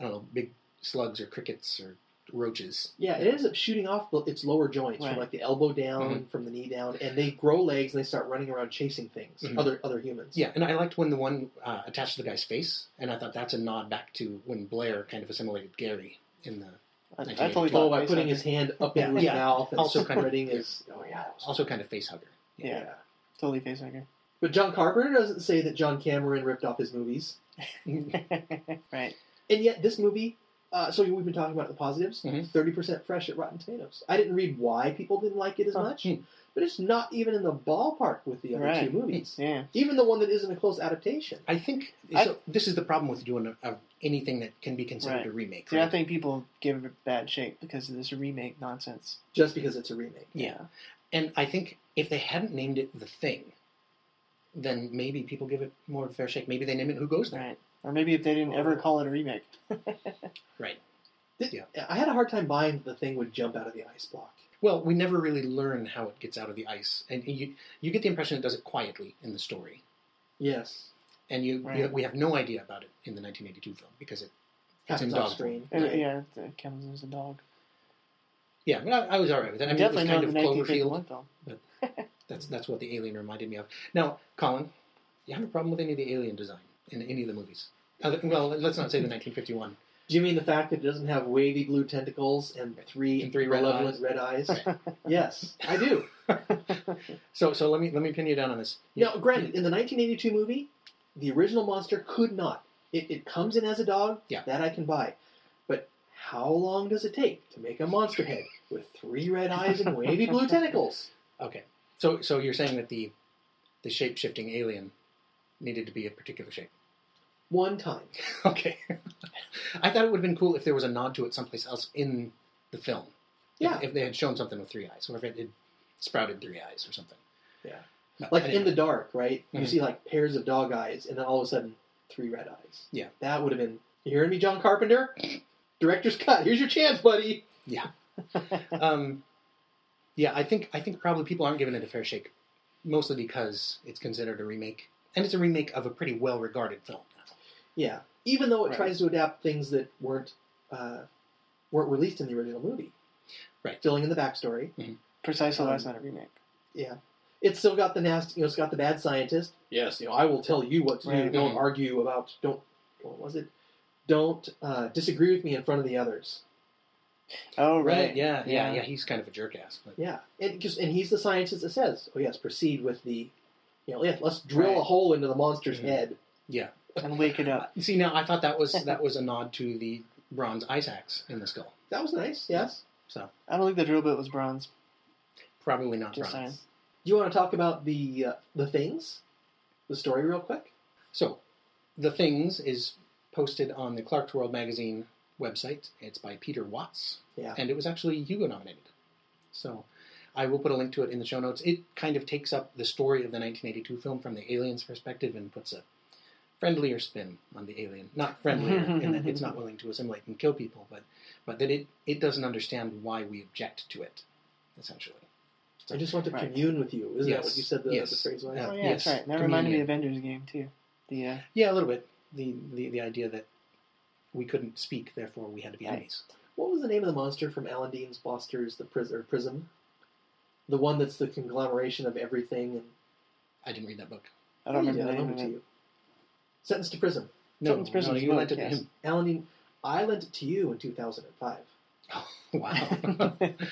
I don't know big slugs or crickets or roaches.
yeah, it ends up shooting off the- its lower joints
Right. Mm-hmm.
from like the elbow down, from the knee down, and they grow legs and they start running around chasing things,
Mm-hmm.
Mhm.
other other humans.
Yeah, and I liked when the one uh, attached to the guy's face, and I thought that's a nod back to when Blair kind of assimilated Gary in the
I, I
1982.
totally
Oh,
thought
by
face
putting
hugger.
his hand up in
Yeah.
his
Yeah.
mouth and
Also kind of-
spreading his. Oh yeah, that was-
Also kind of face hugger.
Yeah, totally face hugger.
But John Carpenter doesn't say that John Cameron ripped off his movies,
right.
and yet this movie. Uh, so we've been talking about the positives.
Mhm.
30 percent fresh at Rotten Tomatoes. I didn't read why people didn't like it as
Huh.
much,
Hmm.
but it's not even in the ballpark with the other
Right.
two movies.
Yeah.
Even the one that isn't a close adaptation.
I think
I-
so this is the problem with doing a, a, anything that can be considered
Right.
a remake.
See, I
right?
think people give it bad shape because of this remake nonsense.
just because it's a remake.
Yeah. And I think if they hadn't named it The Thing, then maybe people give it more of a fair shake. Maybe they name it Who Goes There.
Right. Or maybe if they didn't ever call it a remake.
Right.
Did-
Yeah.
I had a hard time buying that the thing would jump out of the ice block.
Well, we never really learn how it gets out of the ice, and you you get the impression it does it quietly in the story,
Yes,
and you, you
Right.
we have no idea about it in the 1982 film because it it's in
happens
dog
off screen.
Uh,
form. Right.
Yeah, it comes as a dog.
Yeah, but I, I was all right with it. I mean, it was
Definitely
kind
not
of
the 1951
Cloverfield.
film.
That's that's what the alien reminded me of. Now, Colin, you have a problem with any of the alien design in any of the movies? Other, well, let's not say the 1951.
Do you mean the fact that it doesn't have wavy blue tentacles and three
And three red
malevolent
eyes.
red eyes? yes, I do.
So so let me let me pin you down on this.
Now, granted, in the 1982 movie, the original monster could not. It, it comes in as a dog.
Yeah.
that I can buy. But how long does it take to make a monster head with three red eyes and wavy blue tentacles?
Okay. So so you're saying that the the shape shifting alien needed to be a particular shape.
One time.
Okay. I thought it would have been cool if there was a nod to it someplace else in the film. If-
Yeah.
If, they had shown something with three eyes, or if it had sprouted three eyes or something.
Yeah.
But
like
anyway,
in the dark, right? You
Mhm.
see like pairs of dog eyes, and then all of a sudden, three red eyes.
Yeah.
that would have been. You hearing me, John Carpenter? Director's cut. Here's your chance, buddy.
um, yeah, I think I think probably people aren't giving it a fair shake, mostly because it's considered a remake, and it's a remake of a pretty well regarded film.
Yeah, even though it
Right.
tries to adapt things that weren't uh, weren't released in the original movie.
Right.
Filling in the backstory.
Precisely,
Um,
that's not a remake.
It's still got the nasty. You know, it's got the bad scientist. Yes, you know, I will tell you what to do.
Right.
Don't
Mhm.
argue about. Don't. What was it? Don't uh, disagree with me in front of the others.
Oh, right.
Yeah, yeah, yeah.
Yeah.
he's kind of a jerk ass, but
Yeah, and just and he's the scientist that says, "Oh yes, proceed with the, you know, yeah, let's drill a
Right.
hole into the monster's
Mhm.
head."
yeah.
And wake it up.
Uh, See, now I thought that was that was a nod to the bronze ice axe in the skull.
That was nice. Yes.
So
I don't think the drill bit was bronze.
probably not
Just
bronze.
saying.
Do you want to talk about the uh, the things, the story real quick?
So, The Things is posted on the Clark's World Magazine website. It's by Peter Watts.
Yeah.
And it was actually Hugo nominated. So, I will put a link to it in the show notes. It kind of takes up the story of the 1982 film from the alien's perspective and puts a friendlier spin on the alien. Not friendlier in that it's not willing to assimilate and kill people, but, but that it, it doesn't understand why we object to it, essentially.
I just want to
Right.
commune with you. Isn't that
Yes.
what you said the,
Yes.
the phrase was?
Yeah.
Oh, yeah,
Yes,
that's right. That reminded me
comedian.
of Avengers game, too. The, uh,
Yeah, a little bit. The, the, the idea that we couldn't speak, therefore we had to be
Right.
enemies.
What was the name of the monster from Alan Dean's Foster's The Pris- or Prism? The one that's the conglomeration of everything. And,
I didn't read that book.
I don't
Oh,
remember
yeah,
the
I'll
name
lend
of
it to
it.
you. Sentence to prison.
No,
Something's Prison
no,
is
you
not
lent it
a
to
cast.
him.
Alan Dean. I lent it to you in 2005.
Oh, Wow,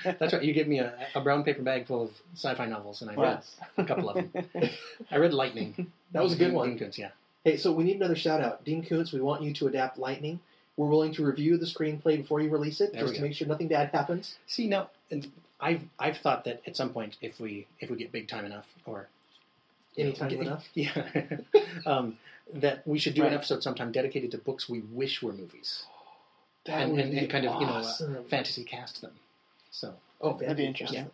that's right. You gave me a, a brown paper bag full of sci-fi novels, and I read
Wow.
a couple of them. I read Lightning.
That was a good
Dean-
one.
Dean Koontz, yeah.
Hey, so we need another shout out. Dean Koontz, we want you to adapt Lightning. We're willing to review the screenplay before you release it,
There
just
we
to
go.
make sure nothing bad happens.
See now, and I've I've thought that at some point, if we if we get big time enough, or you know,
Anytime
get-
enough.
yeah, um, that we should do an
Right.
episode sometime dedicated to books we wish were movies,
That
and,
would
and,
be
and kind of you know uh,
awesome.
fantasy cast them. So
Oh,
That'd be
fantastic.
interesting.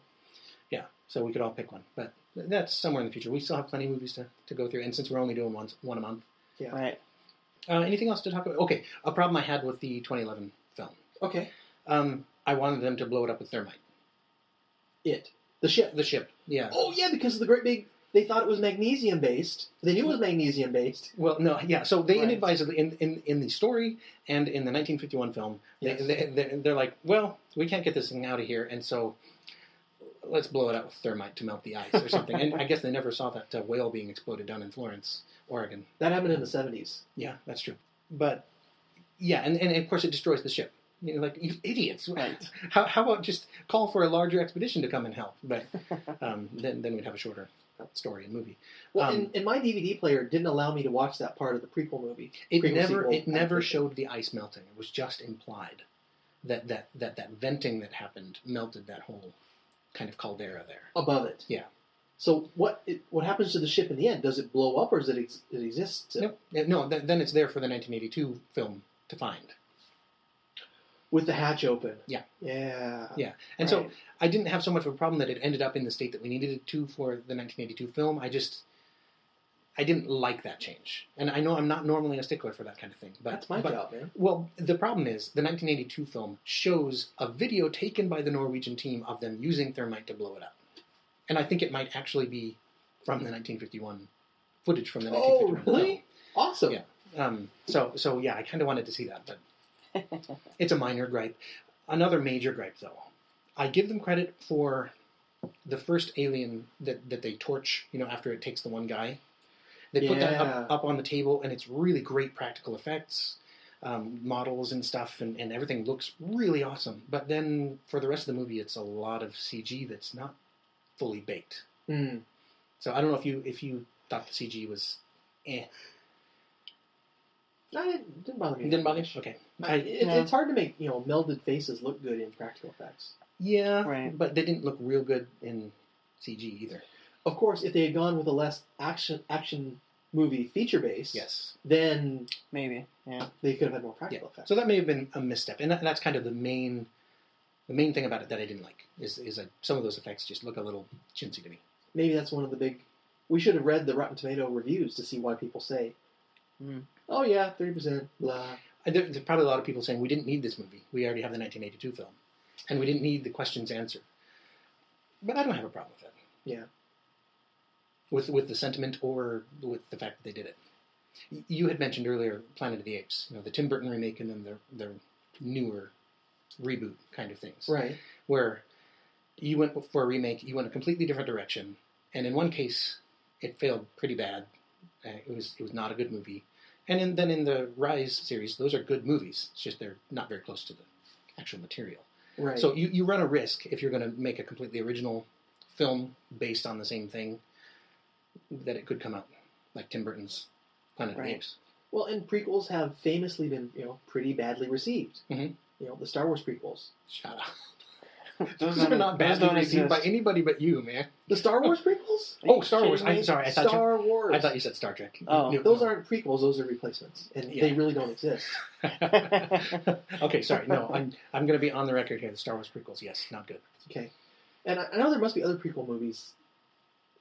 Yeah, so we could all pick one, but th- that's somewhere in the future. We still have plenty of movies to, to go through, and since we're only doing one one a month,
Yeah.
Right.
uh, anything else to talk about? Okay, a problem I had with the 2011 film.
Okay.
Um, I wanted them to blow it up with thermite.
It. The ship.
The ship, yeah.
Oh, yeah, because of the great big. They thought it was magnesium based. They knew it was magnesium based.
Well, no, yeah. So they
Right.
inadvisably in, in in the story and in the 1951 film, they,
Yes.
they, they, they're like, well, we can't get this thing out of here, and so let's blow it up with thermite to melt the ice or something. and I guess they never saw that uh, whale being exploded down in Florence, Oregon.
That happened in the 70s.
Yeah, that's true. But yeah, and, and of course it destroys the ship. You know, like you idiots.
Right.
How, how about just call for a larger expedition to come and help? But um, then then we'd have a shorter story and movie.
Well,
Um,
and, and my DVD player didn't allow me to watch that part of the prequel movie.
It
Prequel,
never
sequel,
it never
prequel.
showed the ice melting. It was just implied that that that that venting that happened melted that whole kind of caldera there.
above it.
Yeah.
So what it, what happens to the ship in the end? Does it blow up or does it ex- it exists? still?
Nope. Uh, No, th- then it's there for the 1982 film to find.
With the hatch open.
Yeah.
Yeah.
Yeah. And
Right.
so I didn't have so much of a problem that it ended up in the state that we needed it to for the 1982 film. I just I didn't like that change. And I know I'm not normally a stickler for that kind of thing, but
that's my
but,
job, man.
Well, the problem is the 1982 film shows a video taken by the Norwegian team of them using thermite to blow it up, and I think it might actually be from the 1951 footage from the
Oh,
1951
really? Awesome.
Yeah. film. Um, so, so yeah, I kind of wanted to see that, but it's a minor gripe. Another major gripe, though, I give them credit for the first alien that that they torch. You know, after it takes the one guy, they put that up,
Yeah.
up on the table, and it's really great practical effects, um, models and stuff, and, and everything looks really awesome. But then for the rest of the movie, it's a lot of CG that's not fully baked.
Mm.
So I don't know if you if you thought the CG was eh,
No, it didn't bother me.
didn't
that
bother you?
much.
Okay,
I, it,
No.
It's hard to make you know melded faces look good in practical effects.
yeah,
Right.
but they didn't look real good in CG either.
Of course, if they had gone with a less action action movie feature base,
Yes.
then
Maybe. Yeah.
they could have had more
Yeah.
practical effects.
So that may have been a misstep, and that, that's kind of the main, the main thing about it that I didn't like is is that some of those effects just look a little chintzy to me.
Maybe that's one of the big. We should have read the Rotten Tomato reviews to see why people say,
Mm.
"Oh yeah, three percent, blah."
And There, there's probably a lot of people saying we didn't need this movie. We already have the 1982 film, and we didn't need the questions answered. But I don't have a problem with that.
Yeah.
With with the sentiment or with the fact that they did it. Y- You had mentioned earlier Planet of the Apes, you know, the Tim Burton remake and then their their newer reboot kind of things.
Right.
where you went for a remake, you went a completely different direction, and in one case, it failed pretty bad. Uh, it was it was not a good movie, and in, then in the Rise series, those are good movies. It's just they're not very close to the actual material.
Right.
So you, you run a risk if you're going to make a completely original film based on the same thing that it could come out like Tim Burton's Planet of the
Right.
Apes.
well, and prequels have famously been, you know, pretty badly received.
Mhm.
You know, the Star Wars prequels.
Shut up.
Those,
Those are
don't-
not
those
badly
don't
received by
exist.
anybody but you, man.
The Star Wars prequels?
Are you
Oh, Star Wars.
kidding
I'm
me?
sorry. I thought you.
Star Wars.
I thought you said Star Trek.
Oh,
No,
those
no.
aren't prequels; those are replacements, and
Yeah.
they really don't exist.
okay, sorry. No, I'm I'm going to be on the record here. The Star Wars prequels, yes, not good.
Okay. And I, I know there must be other prequel movies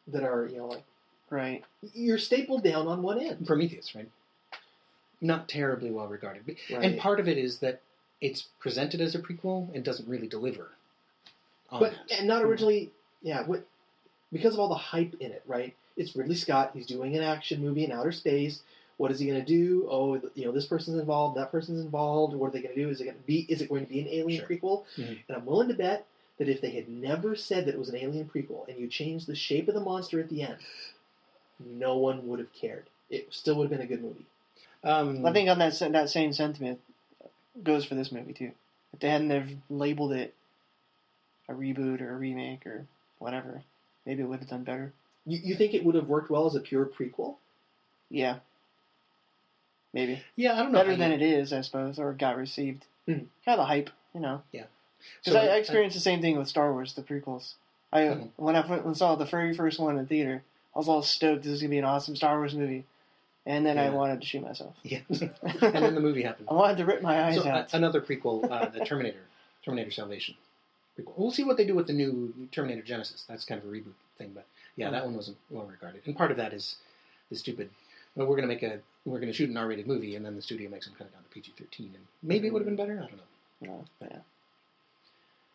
that are, you know, like
Right.
you're stapled down on one end.
Prometheus, right? Not terribly well regarded, But-
Right.
and part of it is that it's presented as a prequel and doesn't really deliver. On
but
that.
and not originally, yeah, what, because of all the hype in it, right? It's Ridley Scott. He's doing an action movie in outer space. What is he going to do? Oh, you know, this person's involved. That person's involved. What are they going to do? Is it going to be? Is it going to be an alien
Sure.
prequel?
Mhm.
And I'm willing to bet that if they had never said that it was an alien prequel and you changed the shape of the monster at the end, no one would have cared. It still would have been a good movie.
um,
I think on that sen- that same sentiment goes for this movie too. If they hadn't have labeled it a reboot or a remake or whatever, maybe it would have done better.
You, you think it would have worked well as a pure prequel?
Yeah. Maybe
yeah, I don't know.
better than it is, I suppose, or got received.
Hmm.
Kind of the hype, you know.
So,
Because I, I experienced the same thing with Star Wars, the prequels. I
Mhm.
when I fir- when saw the very first one in theater, I was all stoked. This is gonna be an awesome Star Wars movie, and then I
Yeah.
wanted to shoot myself.
yeah. and then the movie happened.
I wanted to rip my eyes
So uh,
out.
another prequel, uh, the Terminator, Terminator Salvation. Prequel. We'll see what they do with the new Terminator Genesis. That's kind of a reboot thing, but yeah,
Hmm.
that one wasn't well regarded. And part of that is the stupid. Well, we're gonna make a we're gonna shoot an R-rated movie, and then the studio makes them cut it down to PG-13, and maybe it would have been better. I don't know.
No, yeah.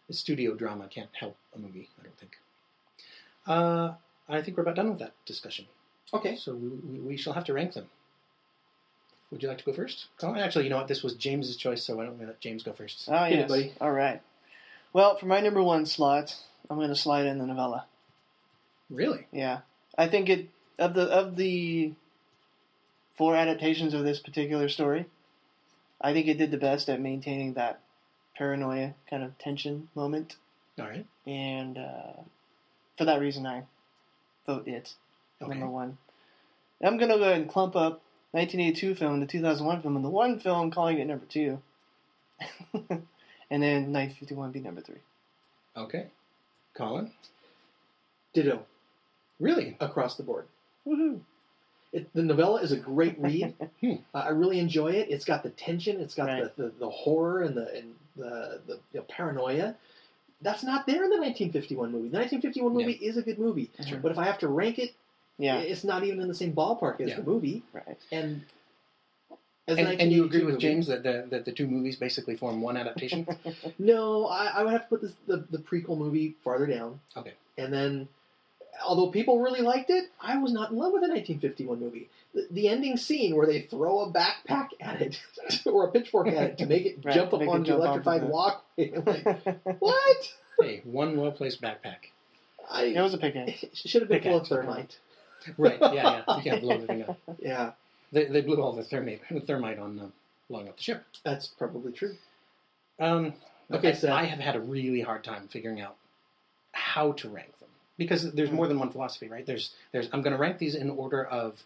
The studio drama can't help a movie. I don't think. Uh, I think we're about done with that discussion.
Okay.
So we, we, we shall have to rank them. Would you like to go first? Colin? Actually, you know what? This was James's choice, so why don't we let James go first?
Oh
Hit it,
yes.
buddy.
All right. Well, for my number one slot, I'm going to slide in the novella.
Really?
Yeah, I think it of the of the four adaptations of this particular story, I think it did the best at maintaining that paranoia kind of tension moment,
All right.
and uh, for that reason, I vote it
Okay.
number one. And I'm gonna go ahead and clump up 1982 film, the 2001 film, and the one film calling it number two, and then 1951 be number three.
Okay. Colin?
Ditto
Really?
across the board.
Woohoo!
It, the novella is a great read.
Hmm.
uh, I really enjoy it. It's got the tension. It's got
Right.
the, the, the horror and the and the, the you know, paranoia. That's not there in the 1951 movie. The 1951 movie is a good movie,
Sure.
but if I have to rank it,
Yeah,
it's not even in the same ballpark as
Yeah.
the movie.
right.
And as
And,
an
and you
1982
agree with
movie-
James that the, that the two movies basically form one adaptation?
No, I, I would have to put this, the the prequel movie farther down.
Okay.
And then, although people really liked it, I was not in love with the 1951 movie. The, the ending scene where they throw a backpack at it or a pitchfork at it to make it
Right,
jump up
make it
onto
jump
the
onto
electrified
the-
walkway. I'm like,
it
what?
hey, one well placed backpack.
I
was a pickaxe.
it should have been full of
Pickaxe.
thermite.
Right, yeah, yeah. You can't blow the thing up.
Yeah,
They, they blew all the thermite, thermite on um, blowing up the ship.
that's probably true. uh,
Um,
Okay,
okay,
so-
I have had a really hard time figuring out how to rank them because there's more than one philosophy, right? There's there's I'm going to rank these in order of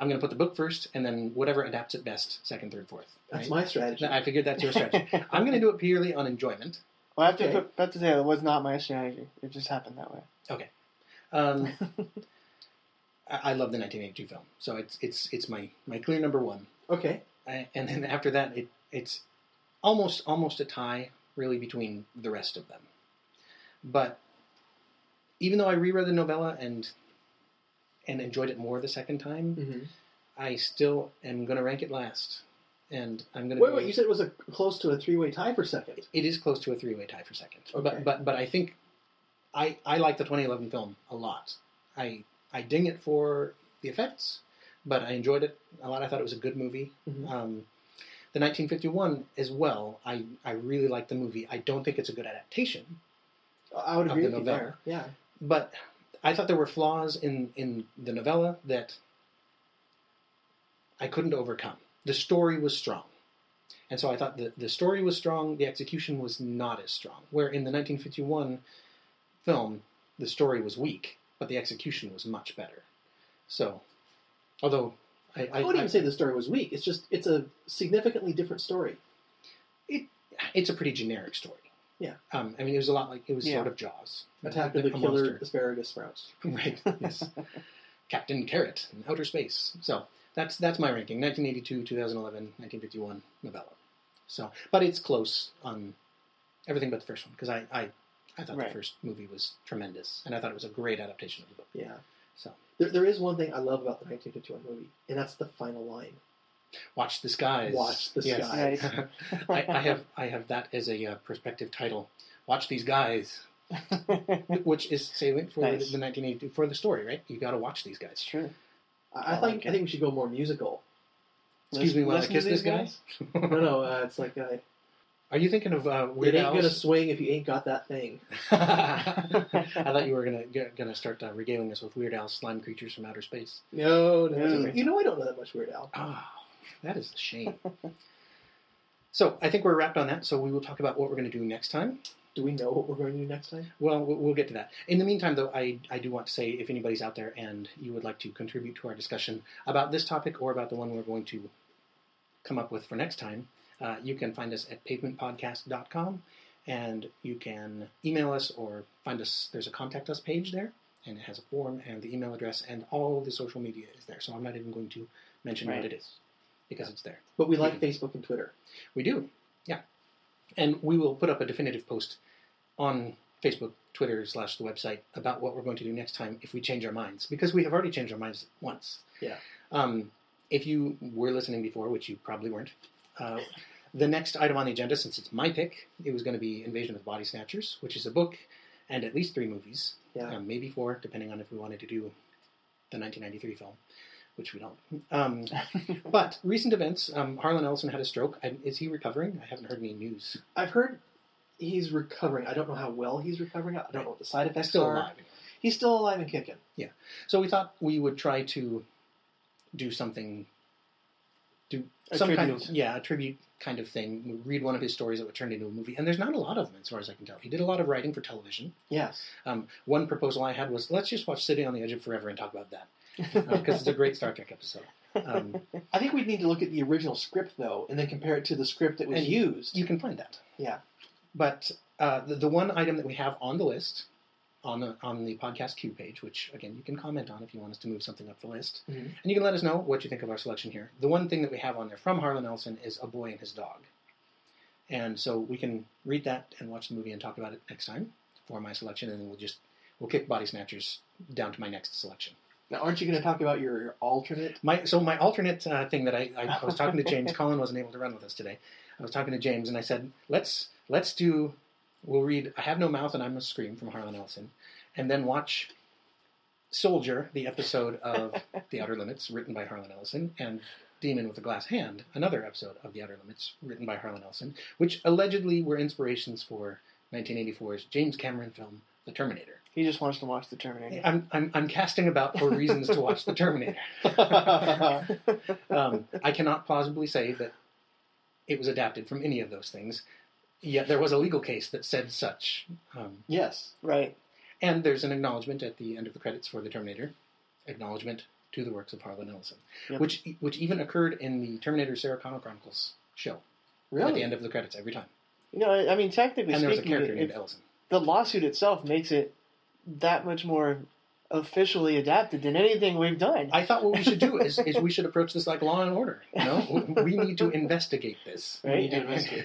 I'm going to put the book first, and then whatever adapts it best, second, third, fourth.
That's
right?
my strategy.
I figured that's your strategy. I'm going to do it purely on enjoyment.
Well, I have,
Okay.
to put, I have to say that was not my strategy. It just happened that way.
Um, I, I love the 1982 film, so it's it's it's my my clear number one.
Okay.
I- and then after that, it it's almost almost a tie really between the rest of them. But even though I reread the novella and and enjoyed it more the second time,
hmm
I still am going to rank it last, and I'm going to.
Wait, wait. You said it was a close to a three-way tie for second.
it is close to a three-way tie for second.
Okay.
But but but I think I I like the 2011 film a lot. I I ding it for the effects, but I enjoyed it a lot. I thought it was a good movie.
Mhm.
Um, the 1951 as well. I I really like the movie. I don't think it's a good adaptation,
I would
Of
agree
the
with you
novella.
there. Yeah.
but I thought there were flaws in in the novella that I couldn't overcome. The story was strong. And so I thought the, the story was strong, the execution was not as strong. Where in the 1951 film, the story was weak, but the execution was much better. So, although I,
I
I,
wouldn't
I-
even say the story was weak. It's just it's a significantly different story.
it's a pretty generic story.
Yeah.
Um, I mean, it was a lot like, it was
Yeah.
sort of Jaws.
Attack of the
A
Killer
monster.
Asparagus Sprouts.
Right. Yes. Captain Carrot in outer space. So that's that's my ranking: 1982, 2011, 1951 novella. So, but it's close on everything but the first one because I, I I thought
Right.
the first movie was tremendous and I thought it was a great adaptation of the book.
Yeah.
So
There, there is one thing I love about the 1951 movie, and that's the final line.
watch the skies.
Watch the
Yes.
skies.
Right.
I, I have I have that as a uh, prospective title. Watch these guys, which is salient for
Nice.
the 1982 for the story, right? You got to watch these
it's
guys.
true.
I, I
I
think
Oh,
like
I think we should go more musical.
Excuse me while I
Listen to
kiss
these
this guy.
guys?
No, no, uh, it's like uh,
Are you thinking of uh, Weird
it ain't gonna
Al's?
swing if you ain't got that thing.
I thought you were gonna g- gonna start uh, regaling us with Weird Al's slime creatures from outer space.
No, no.
Mm.
You- You know I don't know that much Weird Al.
Oh, that is a shame. so I think we're wrapped on that. So we will talk about what we're gonna do next time.
Do we know what we're going to do next time?
Well, we- we'll get to that. In the meantime, though, I I do want to say if anybody's out there and you would like to contribute to our discussion about this topic or about the one we're going to come up with for next time, uh, you can find us at pavementpodcast.com and you can email us or find us. There's a contact us page there and it has a form and the email address and all the social media is there. So I'm not even going to mention
Right.
what it is because it's there.
But we like Facebook and Twitter.
We do, yeah. And we will put up a definitive post on Facebook, Twitter, slash the website about what we're going to do next time if we change our minds, because we have already changed our minds once.
Yeah.
Um, if you were listening before, which you probably weren't, uh, the next item on the agenda, since it's my pick, it was going to be Invasion of the Body Snatchers, which is a book and at least three movies,
Yeah.
um, maybe four, depending on if we wanted to do the 1993 film, which we don't. Um, but recent events, um, Harlan Ellison had a stroke. I, is he recovering? I haven't heard any news.
I've heard he's recovering. I don't know how well he's recovering. I don't know what the side effects
Still
are.
alive.
He's still alive and kicking.
So we thought we would try to do something do
A
some kind of
tribute.
yeah a tribute kind of thing. Read one of his stories that would turn into a movie, and there's not a lot of them as far as I can tell. He did a lot of writing for television.
Yes.
Um, one proposal I had was let's just watch Sitting on the Edge of Forever and talk about that because it's a great Star Trek episode. Um,
I think we'd need to look at the original script though, and then compare it to the script that was
And-
used.
you can find that.
Yeah.
But uh, the, the one item that we have on the list on the on the podcast queue page, which again you can comment on if you want us to move something up the list,
Mhm.
and you can let us know what you think of our selection here. The one thing that we have on there from Harlan Ellison is a boy and his dog, and so we can read that and watch the movie and talk about it next time for my selection, and then we'll just we'll kick Body Snatchers down to my next selection.
Now, aren't you going to talk about your, your alternate?
My so my alternate uh, thing that I, I, I was talking to James. Colin wasn't able to run with us today. I was talking to James and I said, let's let's do. We'll read "I Have No Mouth and I'm a Scream" from Harlan Ellison, and then watch "Soldier," the episode of The Outer Limits written by Harlan Ellison, and "Demon with a Glass Hand," another episode of The Outer Limits written by Harlan Ellison, which allegedly were inspirations for 1984's James Cameron film The Terminator.
He just wants to watch The Terminator.
I'm I'm, I'm casting about for reasons to watch The Terminator um, I cannot plausibly say that it was adapted from any of those things. Yet there was a legal case that said such. Um,
Yes.
right.
and there's an acknowledgement at the end of the credits for The Terminator, acknowledgement to the works of Harlan Ellison,
Yep.
which which even occurred in the Terminator Sarah Connor Chronicles show at the
Really?
end of the credits every time.
You know, I, I mean, technically
and there was a
speaking,
character named
if-
Ellison.
the lawsuit itself makes it that much more officially adapted than anything we've done.
I thought what we should do is, is we should approach this like Law and Order. You know, we we need to investigate this.
We need
right?
to investigate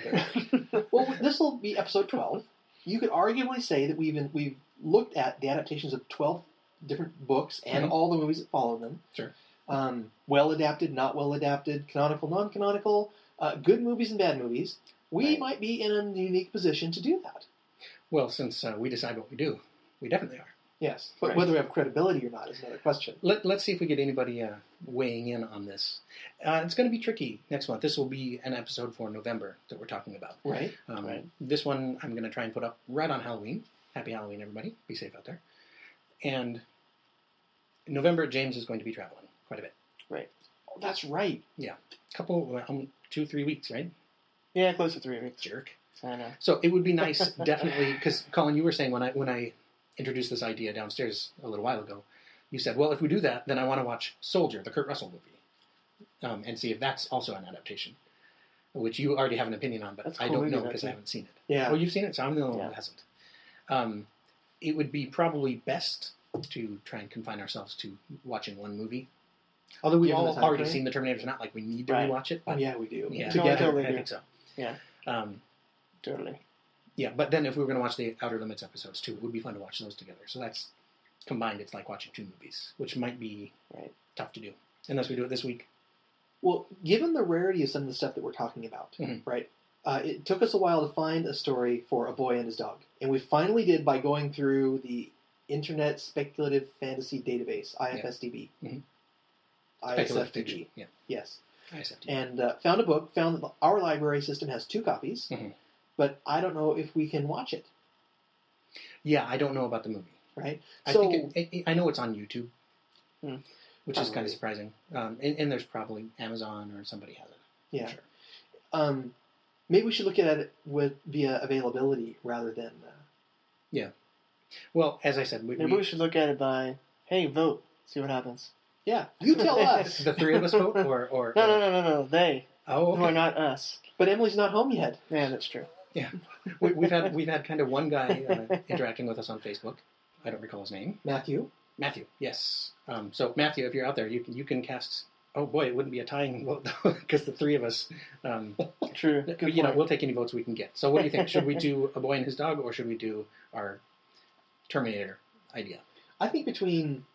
that. well, this will be episode twelve. You could arguably say that we've we've looked at the adaptations of twelve different books and
Mhm.
all the movies that follow them.
Sure.
Um, well adapted, not well adapted, canonical, non canonical, uh, good movies and bad movies. We
Right.
might be in a unique position to do that.
Well, since uh, we decide what we do, we definitely are.
Yes, but
Right.
whether we have credibility or not is another question.
Let, let's see if we get anybody uh, weighing in on this. Uh, it's going to be tricky next month. This will be an episode for November that we're talking about.
Right.
Um,
Right.
This one I'm going to try and put up right on Halloween. Happy Halloween, everybody. Be safe out there. And in November, James is going to be traveling quite a bit.
Oh, that's right.
couple, um, two, three weeks, right?
yeah, close to three weeks.
Jerk.
I know.
So it would be nice, definitely, because Colin, you were saying when I when I introduced this idea downstairs a little while ago, you said, "Well, if we do that, then I want to watch Soldier, the Kurt Russell movie, um, and see if that's also an adaptation." Which you already have an opinion on, but
That's a
I
cool
don't
movie,
know
that
because I
too.
haven't seen it.
Yeah.
Well, you've seen it, so I'm the only one who
Yeah.
hasn't. Um, it would be probably best to try and confine ourselves to watching one movie. Although we've
Given the
all
time
already
frame?
seen The Terminator, it's not like we need to
Right.
rewatch it.
Oh,
But
yeah, we do.
yeah,
No, I
together,
totally
I
do.
think so.
Yeah.
Um,
Totally.
yeah, but then if we were going to watch the Outer Limits episodes too, it would be fun to watch those together. So that's combined. It's like watching two movies, which might be
Right.
tough to do unless we do it this week.
Well, given the rarity of some of the stuff that we're talking about,
Mhm.
right? Uh, it took us a while to find a story for a boy and his dog, and we finally did by going through the Internet Speculative Fantasy Database (IFSDB).
Mhm.
ISFDB,
Yeah,
yes,
ISFG.
and uh, found a book. Found that our library system has two copies,
Mhm.
but I don't know if we can watch it.
Yeah, I don't know about the movie.
Right?
I
So-
think it, it, I know it's on YouTube,
Hmm.
which is kind
Probably.
of surprising. Um, and, and there's probably Amazon or somebody has it. I'm
Yeah.
sure.
Um, maybe we should look at it with via availability rather than. Uh,
Well, as I said, we,
Maybe
we-
we should look at it by, hey, vote, see what happens.
yeah, you tell us.
the three of us vote, or or
No, no, no, no, no. They
Oh,
who are
okay.
not us.
But Emily's not home yet.
Yeah, that's true.
we, we've had we've had kind of one guy uh, interacting with us on Facebook. I don't recall his name.
Matthew.
Matthew, yes. Um, so Matthew, if you're out there, you can you can cast. Oh boy, it wouldn't be a tying vote because the three of us. Um,
True.
but,
Good
you know,
point.
we'll take any votes we can get. So what do you think? Should we do a boy and his dog, or should we do our Terminator idea?
I think between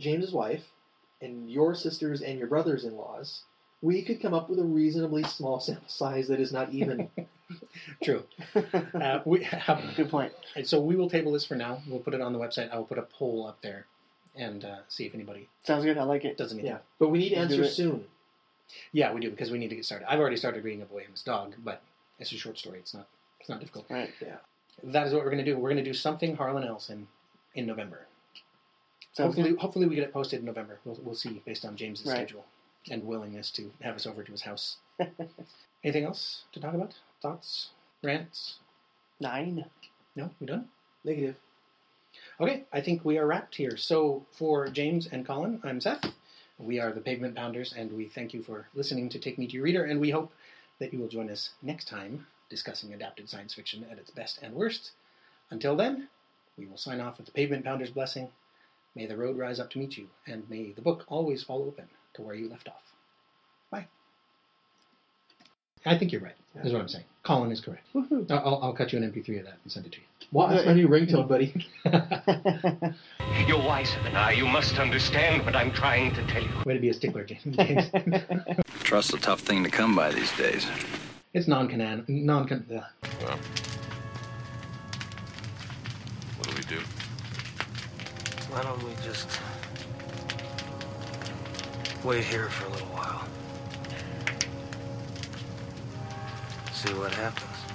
James's wife and your sisters and your brothers in laws, we could come up with a reasonably small sample size that is not even.
True. Uh, we,
Good point.
so we will table this for now. We'll put it on the website. I will put a poll up there and uh, see if anybody
Sounds good. I like it.
does anything.
yeah. But we need
Let's do it.
answers soon.
Yeah, we do because we need to get started. I've already started reading A Boy and His Dog, but it's a short story. It's not. It's not difficult.
Right.
That is what we're going to do. We're going to do something Harlan Ellison in November.
Sounds
hopefully,
good.
hopefully we get it posted in November. We'll, we'll see based on James's
Right.
schedule. and willingness to have us over to his house. Anything else to talk about? Thoughts? Rants?
Nine.
No? We done?
Negative.
Okay, I think we are wrapped here. So for James and Colin, I'm Seth. We are the Pavement Pounders, and we thank you for listening to Take Me to Your Reader, and we hope that you will join us next time discussing adapted science fiction at its best and worst. Until then, we will sign off with the Pavement Pounder's blessing. May the road rise up to meet you, and may the book always fall open to where you left off. Bye. I think you're right, is what I'm saying. Colin is correct.
Woohoo.
I'll- I'll, I'll cut you an MP3 of that and send it to you.
Wow, that's my new ringtone, buddy.
You're wiser than I. You must understand what I'm trying to tell you.
Way to be a stickler, James.
Trust's a tough thing to come by these days.
it's non-canon, non-can. ugh.
Well, what do we do?
Why don't we just wait here for a little while? See what happens.